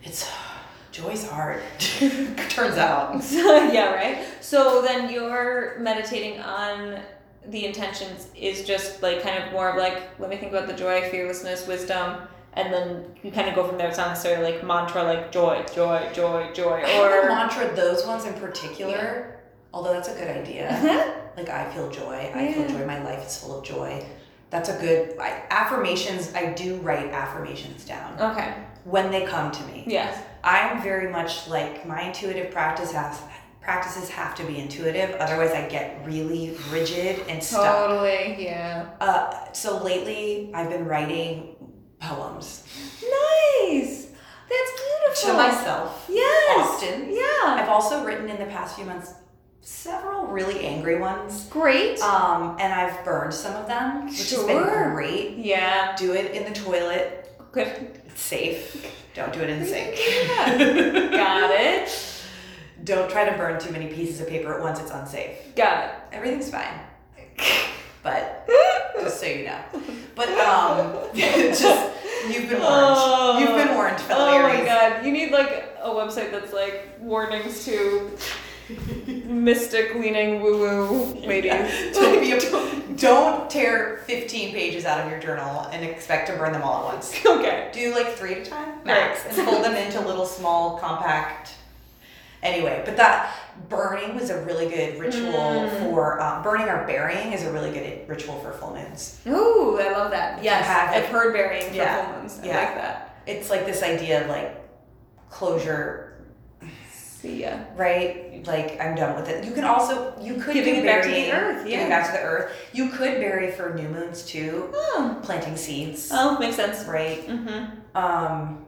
Speaker 2: It's joy's hard. Turns out.
Speaker 1: yeah, right. So then you're meditating on the intentions is just like kind of more of like let me think about the joy, fearlessness, wisdom, and then you kind of go from there. It's not necessarily like mantra like joy, joy, joy, joy,
Speaker 2: I haven't
Speaker 1: or
Speaker 2: mantra those ones in particular, although that's a good idea. like I feel joy, I feel
Speaker 1: Mm-hmm. Yeah.
Speaker 2: joy, my life is full of joy. That's a good I, affirmations. I do write affirmations down
Speaker 1: okay,
Speaker 2: when they come to me.
Speaker 1: yes,
Speaker 2: I'm very much like my intuitive practice has practices have to be intuitive, otherwise I get really rigid and stuck.
Speaker 1: totally, yeah,
Speaker 2: Uh, so lately I've been writing poems
Speaker 1: nice. That's
Speaker 2: to
Speaker 1: beautiful.
Speaker 2: myself.
Speaker 1: yes,
Speaker 2: often.
Speaker 1: yeah,
Speaker 2: I've also written in the past few months several really angry ones.
Speaker 1: great.
Speaker 2: Um, and I've burned some of them, which has
Speaker 1: Sure.
Speaker 2: been great.
Speaker 1: yeah,
Speaker 2: Do it in the toilet.
Speaker 1: good.
Speaker 2: It's safe. Don't do it in the sink.
Speaker 1: Yeah. Got it.
Speaker 2: Don't try to burn too many pieces of paper at once. It's unsafe.
Speaker 1: Got
Speaker 2: Everything's fine. But
Speaker 1: it.
Speaker 2: just so you know. But um, just you've been warned.
Speaker 1: Oh.
Speaker 2: You've been warned, fellow
Speaker 1: Oh my
Speaker 2: Aries.
Speaker 1: god, you need like a website that's like warnings to mystic leaning woo woo ladies.
Speaker 2: Yeah. Don't, be a- don't tear 15 pages out of your journal and expect to burn them all at once.
Speaker 1: Okay.
Speaker 2: Do like three at a time, max, and fold them into little small compact. Anyway, but that burning was a really good ritual
Speaker 1: Mm.
Speaker 2: for um, burning or burying is a really good ritual for full moons.
Speaker 1: Ooh, I love that. Yes,
Speaker 2: Have it.
Speaker 1: I've heard burying for
Speaker 2: Yeah.
Speaker 1: full moons. I
Speaker 2: Yeah.
Speaker 1: like that.
Speaker 2: It's like this idea of like closure,
Speaker 1: See ya.
Speaker 2: right? Like I'm done with it. You can also you could
Speaker 1: Giving
Speaker 2: do
Speaker 1: it back to the
Speaker 2: burying,
Speaker 1: earth, yeah.
Speaker 2: giving back to the earth. You could bury for new moons too,
Speaker 1: Oh,
Speaker 2: planting seeds,
Speaker 1: oh makes sense.
Speaker 2: right?
Speaker 1: Mm-hmm.
Speaker 2: Um,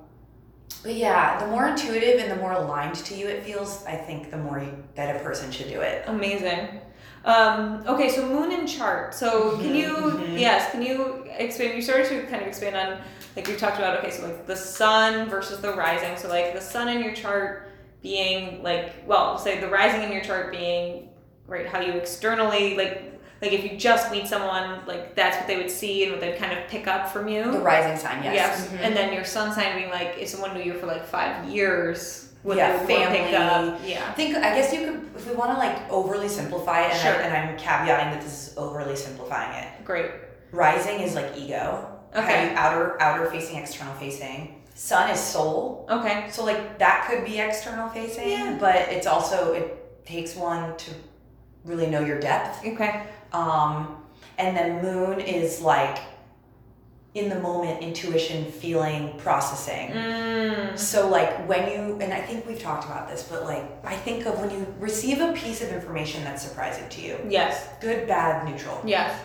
Speaker 2: but yeah, the more intuitive and the more aligned to you it feels, I think the more you, that a person should do it.
Speaker 1: Amazing. Um, okay, so moon and chart. So can
Speaker 2: Mhm,
Speaker 1: you
Speaker 2: mhm.
Speaker 1: yes, can you expand you started to kind of expand on like we've talked about, okay, so like the sun versus the rising. So like the sun in your chart being like well, say the rising in your chart being right, how you externally like like if you just meet someone, like that's what they would see and what they'd kind of pick up from you.
Speaker 2: The rising sign, yes. Mhm.
Speaker 1: And then your sun sign being like if someone knew you for like five years, what
Speaker 2: Yeah,
Speaker 1: they would pick
Speaker 2: family.
Speaker 1: up. Yeah.
Speaker 2: I think I guess you could, if we want to like overly simplify it, and,
Speaker 1: Sure.
Speaker 2: I, and I'm caveating that this is overly simplifying it.
Speaker 1: Great.
Speaker 2: Rising is like ego, how
Speaker 1: Okay.
Speaker 2: you outer outer facing, external facing. Sun is soul,
Speaker 1: Okay.
Speaker 2: so like that could be external facing,
Speaker 1: Yeah.
Speaker 2: but it's also it takes one to really know your depth.
Speaker 1: Okay.
Speaker 2: Um, and then moon is like in the moment intuition, feeling, processing.
Speaker 1: Mm.
Speaker 2: So like when you and I think we've talked about this, but like I think of when you receive a piece of information that's surprising to you.
Speaker 1: Yes.
Speaker 2: Good, bad, neutral.
Speaker 1: Yes.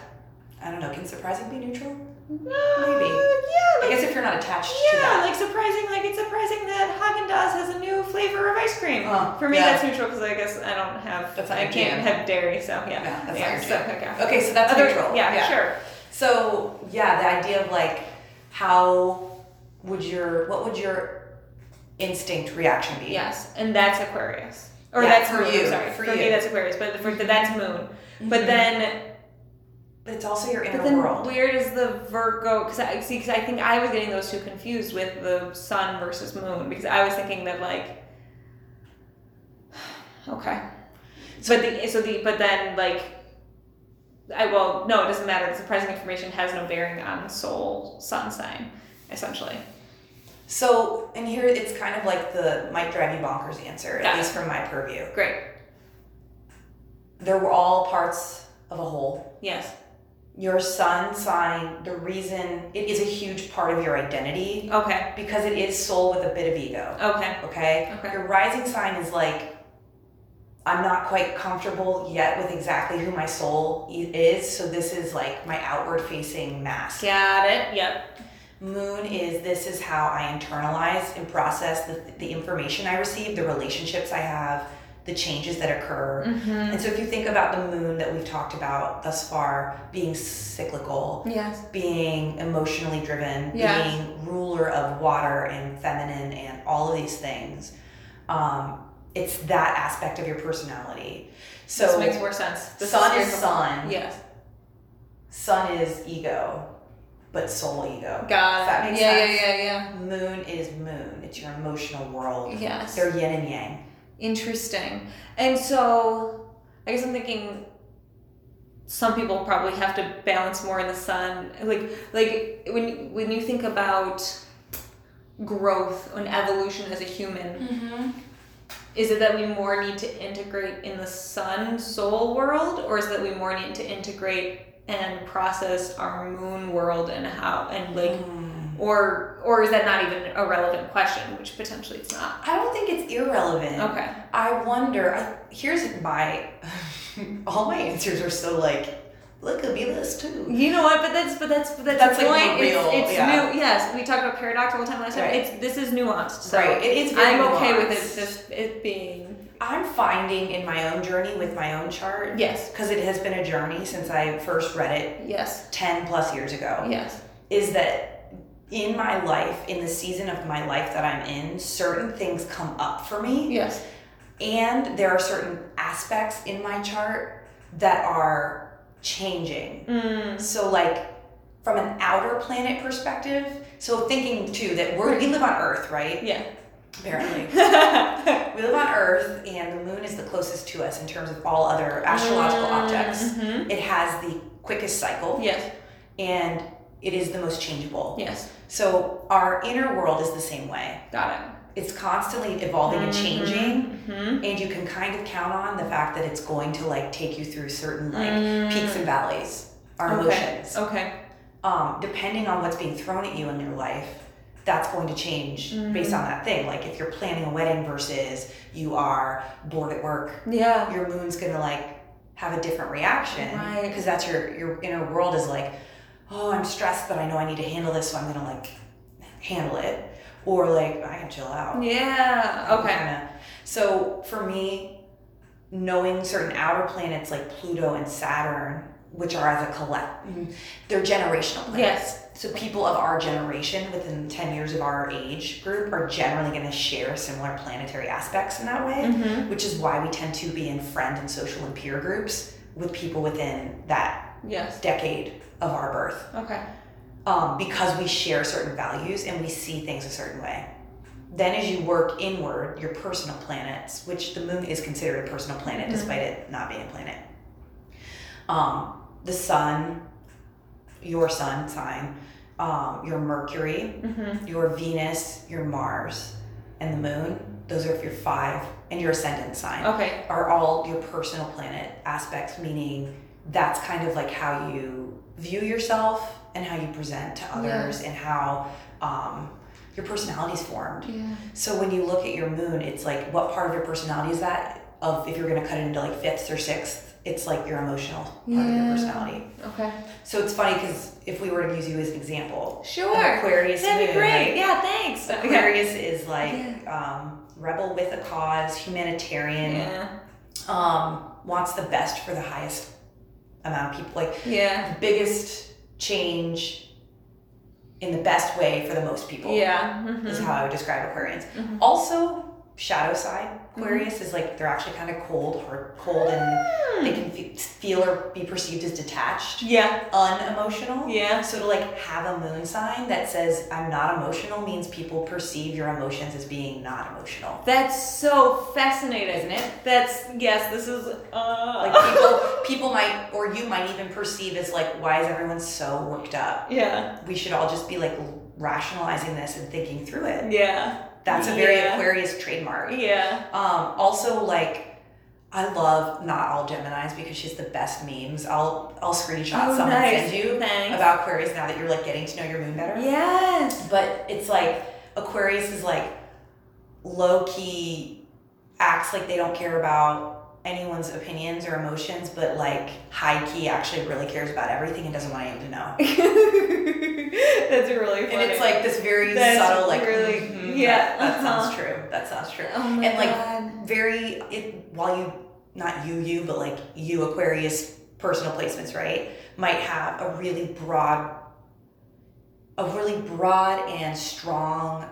Speaker 2: I don't know, can surprising be neutral?
Speaker 1: Maybe.
Speaker 2: I
Speaker 1: Uh, yeah. Like,
Speaker 2: guess if you're not attached to
Speaker 1: yeah.
Speaker 2: that.
Speaker 1: Like surprising. Like it's surprising that Haagen Dazs has a new flavor of ice cream.
Speaker 2: Uh,
Speaker 1: For me,
Speaker 2: yeah.
Speaker 1: that's neutral because I guess I don't have.
Speaker 2: That's not
Speaker 1: I
Speaker 2: your
Speaker 1: can't
Speaker 2: jam.
Speaker 1: have dairy, so yeah.
Speaker 2: Yeah, that's
Speaker 1: yeah.
Speaker 2: not your
Speaker 1: So okay.
Speaker 2: Okay, so that's
Speaker 1: Other-
Speaker 2: neutral.
Speaker 1: Yeah, Sure.
Speaker 2: So yeah, the idea of like how would your what would your instinct reaction be?
Speaker 1: Yes, and that's Aquarius. Or
Speaker 2: Yeah,
Speaker 1: that's
Speaker 2: for
Speaker 1: moon.
Speaker 2: you,
Speaker 1: Sorry, for,
Speaker 2: for you. Mm-hmm.
Speaker 1: me that's Aquarius, but for that's moon. But then
Speaker 2: But it's also your inner
Speaker 1: But then
Speaker 2: world.
Speaker 1: where does the Virgo? Because I see, because I think I was getting those two confused with the Sun versus Moon because I was thinking that like, okay, so the so the but then like, I well no it doesn't matter. The surprising information has no bearing on soul sun sign essentially.
Speaker 2: So and here it's kind of like the might drive you bonkers answer, at
Speaker 1: Got it.
Speaker 2: least from my purview.
Speaker 1: Great.
Speaker 2: There were all parts of a whole.
Speaker 1: Yes.
Speaker 2: your sun sign, the reason it is a huge part of your identity
Speaker 1: Okay.
Speaker 2: because it is soul with a bit of ego.
Speaker 1: Okay.
Speaker 2: Okay?
Speaker 1: Okay.
Speaker 2: Your rising sign is like, I'm not quite comfortable yet with exactly who my soul i- is, so this is like my outward facing mask.
Speaker 1: Got it. Yep.
Speaker 2: Moon is this is how I internalize and process the, the information I receive, the relationships I have, the changes that occur.
Speaker 1: Mm-hmm.
Speaker 2: And so if you think about the moon that we've talked about thus far being cyclical,
Speaker 1: Yes.
Speaker 2: being emotionally driven,
Speaker 1: Yeah.
Speaker 2: being ruler of water and feminine and all of these things. Um, it's that aspect of your personality. So
Speaker 1: this makes more sense. This
Speaker 2: sun
Speaker 1: very
Speaker 2: is
Speaker 1: cool.
Speaker 2: sun.
Speaker 1: Yes.
Speaker 2: Sun is ego, but soul ego.
Speaker 1: Got it.
Speaker 2: That makes
Speaker 1: yeah,
Speaker 2: sense.
Speaker 1: yeah. Yeah.
Speaker 2: Moon is moon. It's your emotional
Speaker 1: Yeah.
Speaker 2: world.
Speaker 1: Yes.
Speaker 2: They're yin and yang.
Speaker 1: Interesting. And so, I guess I'm thinking some people probably have to balance more in the sun. Like, like when when you think about growth and evolution as a human, is it that we more need to integrate in the sun soul world, or is it that we more need to integrate and process our moon world and how and like,
Speaker 2: Mm.
Speaker 1: or or is that not even a relevant question? Which potentially it's not.
Speaker 2: I don't think it's irrelevant.
Speaker 1: Okay.
Speaker 2: I wonder. I, here's my. all my answers are so like, look, a B list too.
Speaker 1: You know what? But that's but that's but that's,
Speaker 2: That's,
Speaker 1: the
Speaker 2: like,
Speaker 1: point.
Speaker 2: the real-
Speaker 1: it's it's
Speaker 2: yeah.
Speaker 1: new. Yes, we talked about paradox all the time last time.
Speaker 2: Right.
Speaker 1: It's this is nuanced. So
Speaker 2: right. It is. Very
Speaker 1: I'm okay with
Speaker 2: nuanced.
Speaker 1: it. This it being
Speaker 2: I'm finding in my own journey with my own chart
Speaker 1: yes,
Speaker 2: because it has been a journey since I first read it
Speaker 1: yes,
Speaker 2: ten plus years ago.
Speaker 1: yes.
Speaker 2: Is that in my life, in the season of my life that I'm in, certain things come up for me.
Speaker 1: Yes.
Speaker 2: and there are certain aspects in my chart that are changing.
Speaker 1: Mm.
Speaker 2: So like from an outer planet perspective, so thinking too that we're, we live on Earth, right?
Speaker 1: Yeah.
Speaker 2: Apparently,
Speaker 1: Astrological
Speaker 2: we live on Earth, and the moon is the closest to us in terms of all other astrological
Speaker 1: Mm.
Speaker 2: objects. It has the quickest cycle,
Speaker 1: Mm-hmm. Yes.
Speaker 2: and it is the most changeable.
Speaker 1: Yes.
Speaker 2: So our inner world is the same way.
Speaker 1: Got
Speaker 2: It's constantly evolving and
Speaker 1: Mm-hmm.
Speaker 2: changing.
Speaker 1: it. Mm-hmm.
Speaker 2: and you can kind of count on the fact that it's going to like take you through certain like peaks and valleys our emotions
Speaker 1: Mm-hmm. Okay.
Speaker 2: um, depending on what's being thrown at you in your life that's going to change based on that thing like if you're planning a wedding versus you are bored at work
Speaker 1: Yeah.
Speaker 2: your moon's going to like have a different reaction
Speaker 1: Right.
Speaker 2: because that's your your inner world is like oh i'm stressed but i know i need to handle this so i'm going to like handle it or like i can chill out
Speaker 1: Yeah. Okay.
Speaker 2: Kinda. So for me, knowing certain outer planets like Pluto and Saturn, which are as a collect,
Speaker 1: Mm-hmm.
Speaker 2: they're generational planets.
Speaker 1: Yes.
Speaker 2: So people of our generation, within ten years of our age group, are generally going to share similar planetary aspects in that way,
Speaker 1: Mm-hmm.
Speaker 2: which is why we tend to be in friend and social and peer groups with people within that
Speaker 1: Yes.
Speaker 2: decade of our birth
Speaker 1: Okay.
Speaker 2: um, because we share certain values and we see things a certain way. Then, as you work inward, your personal planets, which the moon is considered a personal planet
Speaker 1: Mhm.
Speaker 2: despite it not being a planet, um, the sun, your sun sign, um, your Mercury,
Speaker 1: Mm-hmm.
Speaker 2: your Venus, your Mars, and the moon, those are your five, and your ascendant sign
Speaker 1: Okay.
Speaker 2: are all your personal planet aspects, meaning that's kind of like how you view yourself and how you present to others and how um, your personality is formed.
Speaker 1: Yeah.
Speaker 2: So when you look at your moon, it's like what part of your personality is that? Of if you're going to cut it into like fifths or sixth, it's like your emotional part of your
Speaker 1: Yeah.
Speaker 2: personality.
Speaker 1: Okay.
Speaker 2: So it's funny because if we were to use you as an example, an
Speaker 1: Sure.
Speaker 2: Aquarius
Speaker 1: That'd be
Speaker 2: moon,
Speaker 1: great. Yeah. Thanks.
Speaker 2: like,
Speaker 1: Okay.
Speaker 2: Aquarius is like um, rebel with a cause, humanitarian,
Speaker 1: Yeah.
Speaker 2: um, wants the best for the highest amount of people, like
Speaker 1: Yeah.
Speaker 2: the biggest change in the best way for the most people.
Speaker 1: Yeah.
Speaker 2: is
Speaker 1: mhm.
Speaker 2: how I would describe Aquarians.
Speaker 1: Mhm.
Speaker 2: Also, shadow side
Speaker 1: Mm-hmm.
Speaker 2: Aquarius is like they're actually kind of cold, hard, cold, and
Speaker 1: Hmm.
Speaker 2: they can fe- feel or be perceived as detached,
Speaker 1: Yeah.
Speaker 2: unemotional.
Speaker 1: Yeah.
Speaker 2: So to like have a moon sign that says I'm not emotional means people perceive your emotions as being not emotional.
Speaker 1: That's so fascinating, isn't it? That's yes. This is uh.
Speaker 2: Like people, people might, or you might even perceive as like, why is everyone so worked up?
Speaker 1: yeah.
Speaker 2: We should all just be like rationalizing this and thinking through it.
Speaker 1: Yeah.
Speaker 2: That's a very
Speaker 1: Yeah.
Speaker 2: Aquarius trademark.
Speaker 1: Yeah.
Speaker 2: Um, also, like, I love not all Geminis because she's the best memes. I'll I'll screenshot
Speaker 1: Oh,
Speaker 2: some
Speaker 1: nice.
Speaker 2: and send you
Speaker 1: Thanks.
Speaker 2: about Aquarius now that you're like getting to know your moon better.
Speaker 1: Yes.
Speaker 2: But it's like Aquarius is like low key acts like they don't care about anyone's opinions or emotions, but like high key actually really cares about everything and doesn't want anyone to know.
Speaker 1: That's really funny.
Speaker 2: And it's like this very
Speaker 1: That's
Speaker 2: subtle, like
Speaker 1: really-
Speaker 2: "Mhm,
Speaker 1: yeah,
Speaker 2: that, that sounds
Speaker 1: uh-huh.
Speaker 2: true. That sounds true
Speaker 1: oh my
Speaker 2: and, like,
Speaker 1: God.
Speaker 2: very it, while you not you you but like you aquarius personal placements right might have a really broad a really broad and strong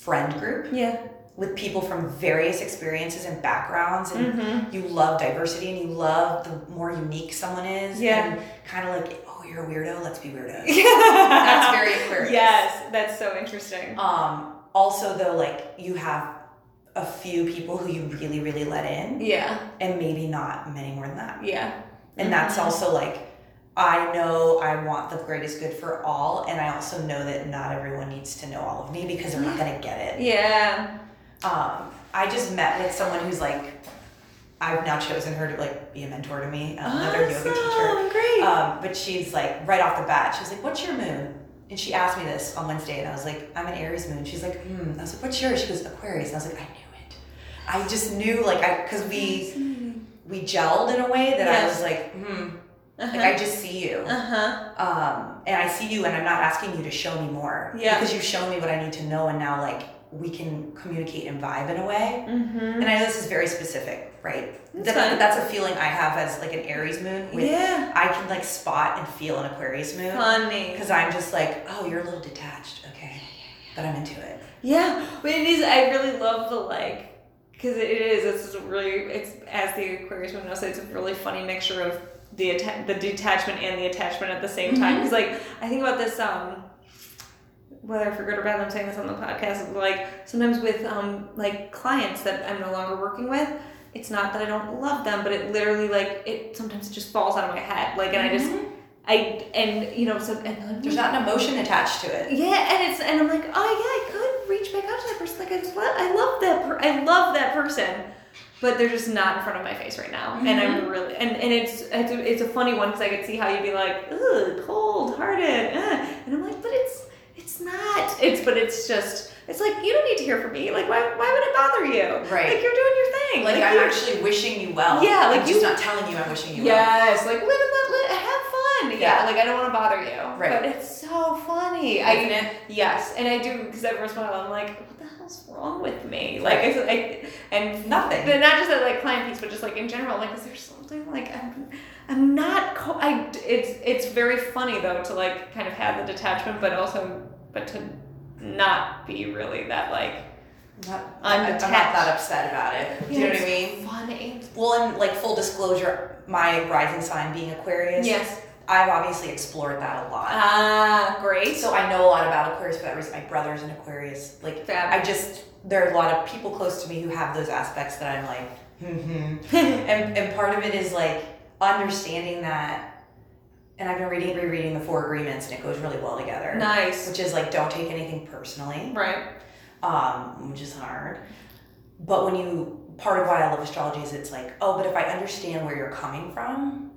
Speaker 2: friend group
Speaker 1: yeah.
Speaker 2: with people from various experiences and backgrounds and
Speaker 1: Mm-hmm.
Speaker 2: you love diversity and you love the more unique someone is
Speaker 1: Yeah.
Speaker 2: and kind of like oh you're a weirdo let's be weirdos that's
Speaker 1: That's
Speaker 2: very aquarius
Speaker 1: Yes, that's so interesting.
Speaker 2: um also though like you have a few people who you really really let in
Speaker 1: Yeah.
Speaker 2: and maybe not many more than that.
Speaker 1: Yeah.
Speaker 2: And that's also like, I know I want the greatest good for all, and I also know that not everyone needs to know all of me because they're not gonna get it.
Speaker 1: Yeah.
Speaker 2: Um, I just met with someone who's like, I've now chosen her to like be a mentor to me, um, another yoga teacher.
Speaker 1: Awesome. Great.
Speaker 2: Um, but she's like, right off the bat, she was like, "What's your moon?" And she asked me this on Wednesday, and I was like, "I'm an Aries moon." She's like, "Hmm." I was like, "What's yours?" She goes, "Aquarius." And I was like, "I knew it. I just knew like I because we." we gelled in a way that I
Speaker 1: Yes.
Speaker 2: was like, hmm, like
Speaker 1: Uh-huh.
Speaker 2: I just see you.
Speaker 1: Uh-huh.
Speaker 2: Um, and I see you, and I'm not asking you to show me more.
Speaker 1: Yeah.
Speaker 2: Because you've shown me what I need to know, and now like we can communicate and vibe in a way.
Speaker 1: Mm-hmm.
Speaker 2: And I know this is very specific, right?
Speaker 1: That's
Speaker 2: That-
Speaker 1: fine.
Speaker 2: that's a feeling I have as like an Aries moon. With,
Speaker 1: Yeah.
Speaker 2: I can like spot and feel an Aquarius moon
Speaker 1: Funny.
Speaker 2: because I'm just like, oh, you're a little detached, okay, but I'm into it.
Speaker 1: Yeah, but it is. I really love the like, because it is. It's just really. It's as the Aquarius one knows. It's a really funny mixture of the atta- the detachment and the attachment at the same time. Because
Speaker 2: Mm-hmm.
Speaker 1: like I think about this. Um, whether for good or bad, I'm saying this on the podcast. Like sometimes with um like clients that I'm no longer working with. It's not that I don't love them, but it literally like it sometimes it just falls out of my head. Like and I just I and you know so and
Speaker 2: Mm-hmm. There's not an emotion attached to it.
Speaker 1: yeah, and it's and I'm like, oh yeah, I could reach back out to that person. Like I just love, I love that, per- I love that person, but they're just not in front of my face right now, and
Speaker 2: Mm-hmm.
Speaker 1: I'm really and and it's it's a, it's a funny one because I could see how you'd be like, ugh, cold hearted, uh, and I'm like, but it's it's not, it's but it's just it's like you don't need to hear from me. Like why why would it bother you?
Speaker 2: Right.
Speaker 1: Like you're doing your thing.
Speaker 2: Like,
Speaker 1: you-
Speaker 2: I'm actually wishing you well.
Speaker 1: Yeah, like
Speaker 2: I'm just
Speaker 1: you-
Speaker 2: not telling you I'm wishing you well.
Speaker 1: Yes, like live and let, let have fun. Yeah.
Speaker 2: Yeah.
Speaker 1: like I don't want to bother you.
Speaker 2: Right.
Speaker 1: But it's so funny. I
Speaker 2: Isn't it?
Speaker 1: Yes, and I do because every once in a while I'm like, what the hell's wrong with me? Like, I, I and
Speaker 2: Nothing.
Speaker 1: but not just that like client piece, but just like in general, like is there something like I'm, I'm not. Co- I it's it's very funny though to like kind of have the detachment, but also but to not be really that like
Speaker 2: not,
Speaker 1: I'm
Speaker 2: I'm, I'm not
Speaker 1: detached.
Speaker 2: that upset about it. Do you know what I mean?
Speaker 1: Funny.
Speaker 2: Well, and like full disclosure, my rising sign being Aquarius,
Speaker 1: Yes.
Speaker 2: I've obviously explored that a lot.
Speaker 1: Ah, great.
Speaker 2: so I know a lot about Aquarius for that reason. My brother's an Aquarius. Like,
Speaker 1: Fab.
Speaker 2: I just, there are a lot of people close to me who have those aspects that I'm like, hmm. and, and part of it is like understanding that, and I've been reading, rereading the four agreements, and it goes really well together.
Speaker 1: nice.
Speaker 2: Which is like, don't take anything personally.
Speaker 1: Right.
Speaker 2: um, which is hard. But when you part of why I love astrology is it's like, oh, but if I understand where you're coming from,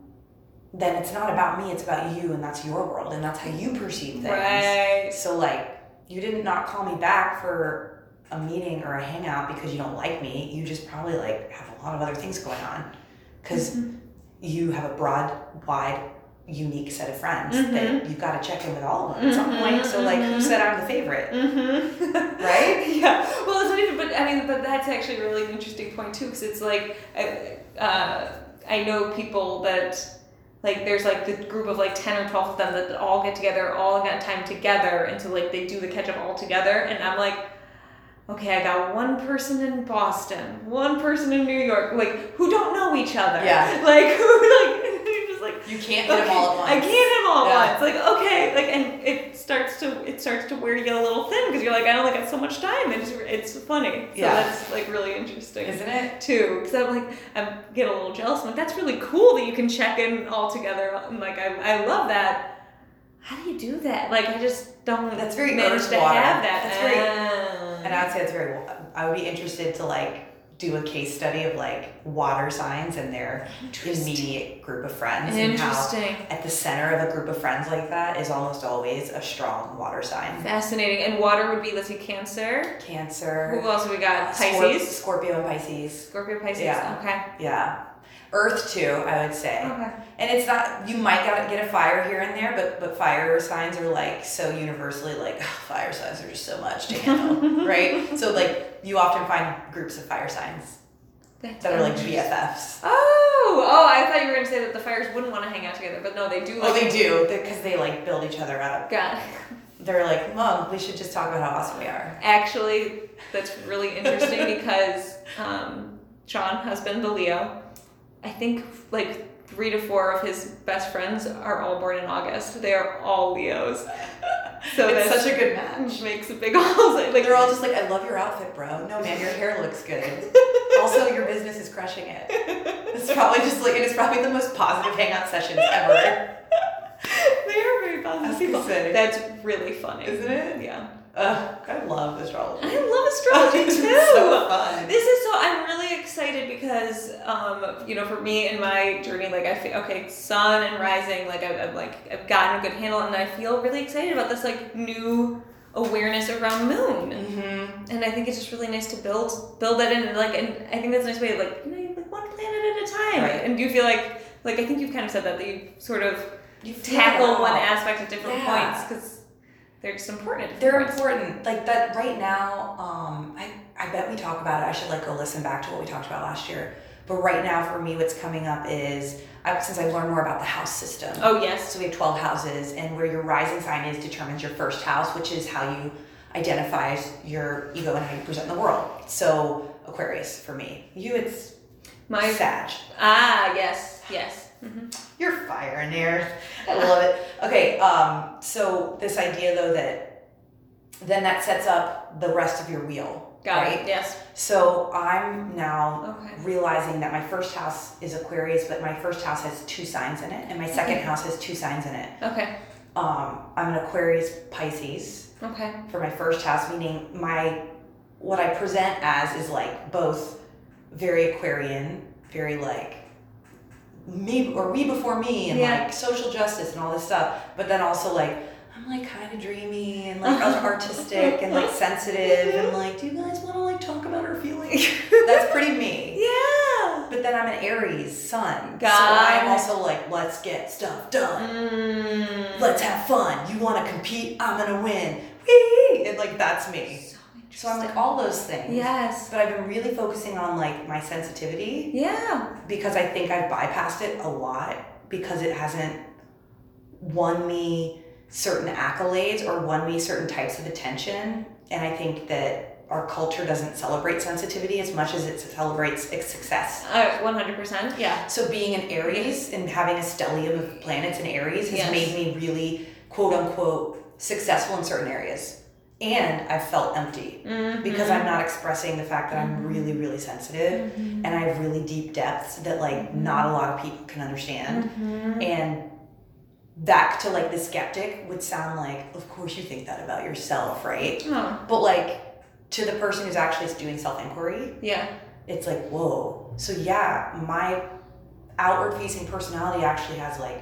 Speaker 2: then it's not about me, it's about you, and that's your world, and that's how you perceive things.
Speaker 1: Right.
Speaker 2: So, like, you didn't not call me back for a meeting or a hangout because you don't like me. You just probably like have a lot of other things going on because you have a broad, wide, unique set of friends that you've got to check in with all of them at some
Speaker 1: Mhm,
Speaker 2: point. So, like, who
Speaker 1: mhm.
Speaker 2: said I'm the favorite?
Speaker 1: Mm-hmm.
Speaker 2: Right?
Speaker 1: yeah. Well, it's not even. But I mean, but that's actually a really interesting point too, because it's like, I, uh, I know people that. Like there's like the group of like ten or twelve of them that, that all get together, all got time together, and so like they do the catch up all together, and I'm like, okay, I got one person in Boston, one person in New York, like who don't know each other,
Speaker 2: Yeah.
Speaker 1: like who like you're just like
Speaker 2: You can't
Speaker 1: Okay,
Speaker 2: get them all at once.
Speaker 1: I can't hit them all
Speaker 2: Yeah.
Speaker 1: at once. Like okay, like and it starts to it starts to wear you a little thin because you're like I only got so much time. It's it's funny. So
Speaker 2: Yeah.
Speaker 1: that's like really interesting
Speaker 2: Isn't it?
Speaker 1: too. Because I'm like I get a little jealous. I'm like that's really cool that you can check in all together. I'm like I I love that. How do you do that? Like I just don't.
Speaker 2: That's very
Speaker 1: manage
Speaker 2: earth
Speaker 1: to
Speaker 2: water.
Speaker 1: have that.
Speaker 2: That's very-
Speaker 1: Ah.
Speaker 2: And I'd say it's very. I would be interested to like do a case study of like water signs and their immediate group of friends and how
Speaker 1: Interesting.
Speaker 2: at the center of a group of friends like that is almost always a strong water sign.
Speaker 1: Fascinating. And water would be let's see Cancer.
Speaker 2: Cancer,
Speaker 1: Who else have we got?
Speaker 2: Scorp-
Speaker 1: uh, Pisces.
Speaker 2: Scorpio, and Pisces.
Speaker 1: Scorpio, Pisces.
Speaker 2: Yeah.
Speaker 1: Okay.
Speaker 2: Yeah, Earth too. I would say.
Speaker 1: Okay.
Speaker 2: And it's not you might got get a fire here and there, but but fire signs are like so universally like "Ugh, fire signs are just so much to handle, right? So like you often find groups of fire signs
Speaker 1: That's
Speaker 2: that are like
Speaker 1: interesting.
Speaker 2: BFFs.
Speaker 1: Oh, oh! I thought you were gonna say that the fires wouldn't want to hang out together, but no, they do. Like,
Speaker 2: Well, Oh, they do because they like build each other up.
Speaker 1: God,
Speaker 2: They're like, Mom, we should just talk about how awesome we are.
Speaker 1: actually, that's really interesting because um, Sean, husband, the Leo, I think like three to four of his best friends are all born in August. They are all Leos, so
Speaker 2: it's
Speaker 1: that's-
Speaker 2: such a good match.
Speaker 1: makes a big like
Speaker 2: They're all just like, I love your outfit, bro. No man, your hair looks good. also, your business is crushing it. It's probably just like it is probably the most positive hangout sessions ever,
Speaker 1: they are very
Speaker 2: I was
Speaker 1: positive people.
Speaker 2: gonna say.
Speaker 1: That's really funny,
Speaker 2: isn't it?
Speaker 1: Yeah.
Speaker 2: Ugh, I love astrology.
Speaker 1: I love astrology
Speaker 2: It's
Speaker 1: too.
Speaker 2: so fun.
Speaker 1: This is so. I'm really excited because, um, you know, for me in my journey, like I feel okay, sun and rising. Like I've, I've like I've gotten a good handle, and I feel really excited about this like new awareness around moon.
Speaker 2: Mm-hmm.
Speaker 1: And I think it's just really nice to build build that in. And like, and I think that's a nice way of like you know, you like one planet at a time.
Speaker 2: Right.
Speaker 1: And do you feel like like I think you've kind of said that that you sort of
Speaker 2: You
Speaker 1: tackle one aspect at different
Speaker 2: Yeah.
Speaker 1: points because they're just important. At
Speaker 2: They're
Speaker 1: different points.
Speaker 2: important. Like that right now, um, I, I bet we talk about it. I should like go listen back to what we talked about last year. But right now for me what's coming up is I, since I've learned more about the house system.
Speaker 1: Oh yes.
Speaker 2: So we have 12 houses, and where your rising sign is determines your first house, which is how you identify your ego and how you present in the world. So Aquarius for me. You, it's
Speaker 1: My
Speaker 2: Sag.
Speaker 1: ah yes yes. hmm
Speaker 2: You're fire and air. I love it. Okay, um, so this idea though that then that sets up the rest of your wheel.
Speaker 1: Got
Speaker 2: right?
Speaker 1: it. Yes.
Speaker 2: So I'm now
Speaker 1: Okay.
Speaker 2: realizing that my first house is Aquarius, but my first house has two signs in it, and my second house has two signs in it.
Speaker 1: Okay.
Speaker 2: Um, I'm an Aquarius Pisces.
Speaker 1: Okay.
Speaker 2: for my first house, meaning my what I present as is like both very Aquarian, very like me or we before me and
Speaker 1: Yeah.
Speaker 2: like social justice and all this stuff, but then also like I'm like kind of dreamy and like artistic and like sensitive and like do you guys want to like talk about our feelings? That's pretty me.
Speaker 1: Yeah.
Speaker 2: But then I'm an Aries sun, so
Speaker 1: Got
Speaker 2: I'm
Speaker 1: it.
Speaker 2: also like let's get stuff done
Speaker 1: Mm.
Speaker 2: let's have fun. You want to compete? I'm gonna win. Whee! And like that's me.
Speaker 1: So interesting.
Speaker 2: So I'm like all those things.
Speaker 1: Yes.
Speaker 2: But I've been really focusing on like my sensitivity
Speaker 1: Yeah.
Speaker 2: because I think I've bypassed it a lot because it hasn't won me certain accolades or won me certain types of attention. And I think that our culture doesn't celebrate sensitivity as much as it celebrates its success.
Speaker 1: Oh, One hundred percent. Yeah.
Speaker 2: So being an Aries and having a stellium of planets in Aries has
Speaker 1: Yes.
Speaker 2: made me really quote unquote successful in certain areas. And I felt empty
Speaker 1: Mm.
Speaker 2: because I'm not expressing the fact that I'm really, really sensitive
Speaker 1: Mm-hmm.
Speaker 2: and I have really deep depths that like not a lot of people can understand.
Speaker 1: Mm-hmm.
Speaker 2: And that to like the skeptic would sound like, of course you think that about yourself, right?
Speaker 1: Oh.
Speaker 2: But like to the person who's actually doing self inquiry,
Speaker 1: Yeah.
Speaker 2: it's like whoa so yeah my outward facing personality actually has like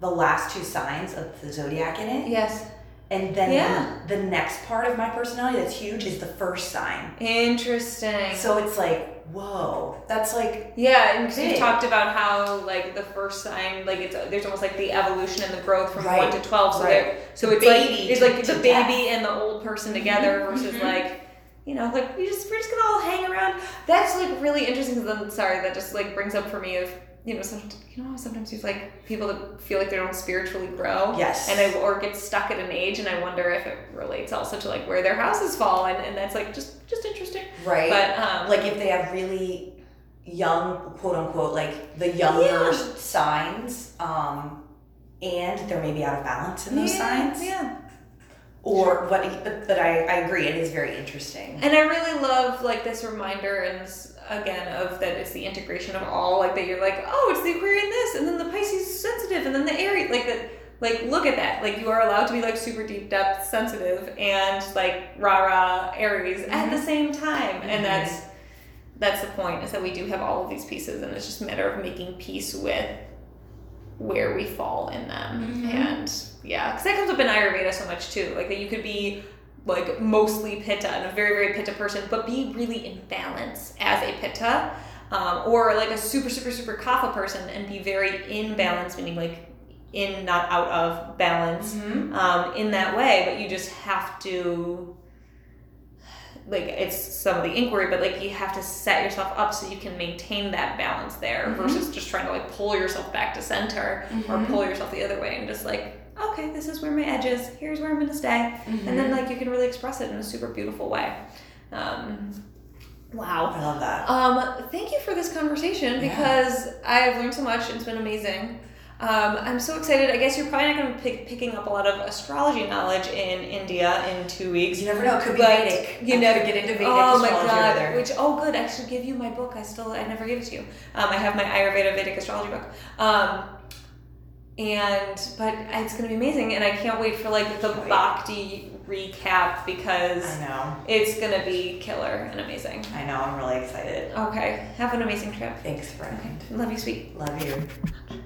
Speaker 2: the last two signs of the zodiac in it.
Speaker 1: Yes.
Speaker 2: And then
Speaker 1: Yeah.
Speaker 2: the next part of my personality that's huge is the first sign.
Speaker 1: Interesting.
Speaker 2: So it's like, whoa, that's like,
Speaker 1: yeah, and 'cause you
Speaker 2: Big.
Speaker 1: talked about how like the first sign, like it's there's almost like the evolution and the growth from
Speaker 2: Right.
Speaker 1: one to twelve. So
Speaker 2: Right.
Speaker 1: there, so it's
Speaker 2: Baby
Speaker 1: like it's like
Speaker 2: to
Speaker 1: the baby
Speaker 2: death.
Speaker 1: and the old person together versus
Speaker 2: Mhm.
Speaker 1: like. You know, like we just we're just gonna all hang around. That's like really interesting. 'cause I'm sorry that just like brings up for me of you know some you know how sometimes there's like people that feel like they don't spiritually grow.
Speaker 2: yes.
Speaker 1: Oh, and I or get stuck at an age, and I wonder if it relates also to like where their houses fall, and, and that's like just just interesting.
Speaker 2: right.
Speaker 1: But um,
Speaker 2: like if they have really young quote unquote like the younger signs um and they're maybe out of balance in those
Speaker 1: yeah,
Speaker 2: signs
Speaker 1: yeah.
Speaker 2: or what but, but I, I agree it is very interesting
Speaker 1: And I really love like this reminder and s- again of that it's the integration of all like that you're like oh it's the Aquarian this, and then the Pisces is sensitive, and then the Aries like that. Like look at that! Like you are allowed to be like super deep depth sensitive and like rah rah Aries at the same time,
Speaker 2: Mhm.
Speaker 1: and that's that's the point is that we do have all of these pieces, and it's just a matter of making peace with where we fall in them.
Speaker 2: Mhm.
Speaker 1: And yeah, because that comes up in Ayurveda so much too. Like that you could be like mostly Pitta and a very, very Pitta person, but be really in balance as a Pitta. Um, or like a super, super, super Kapha person and be very in balance, meaning like in, not out of balance um, in that way, but you just have to like it's some of the inquiry, but like you have to set yourself up so you can maintain that balance there
Speaker 2: Mhm.
Speaker 1: versus just trying to like pull yourself back to center or
Speaker 2: Mm-hmm.
Speaker 1: pull yourself the other way and just like, okay, this is where my edge is, here's where I'm gonna stay. And then like you can really express it in a super beautiful way. Um, wow.
Speaker 2: i love that
Speaker 1: Um, thank you for this conversation
Speaker 2: Yeah.
Speaker 1: because I've learned so much. It's been amazing. Um, I'm so excited. I guess you're probably not going to be pick, picking up a lot of astrology knowledge in India in two weeks.
Speaker 2: you never know it could be
Speaker 1: But
Speaker 2: Vedic.
Speaker 1: you
Speaker 2: I
Speaker 1: never-
Speaker 2: could get into Vedic
Speaker 1: Oh my
Speaker 2: astrology
Speaker 1: god!
Speaker 2: over there.
Speaker 1: Which oh good, I should give you my book. I still I never gave it to you. Um, I have my Ayurveda Vedic astrology book. Um, and but it's going to be amazing, and I can't wait for like the
Speaker 2: Right.
Speaker 1: bhakti recap because
Speaker 2: i know
Speaker 1: it's going to be killer and amazing.
Speaker 2: i know i'm really excited
Speaker 1: Okay, have an amazing trip.
Speaker 2: thanks friend
Speaker 1: Love you, sweet.
Speaker 2: love you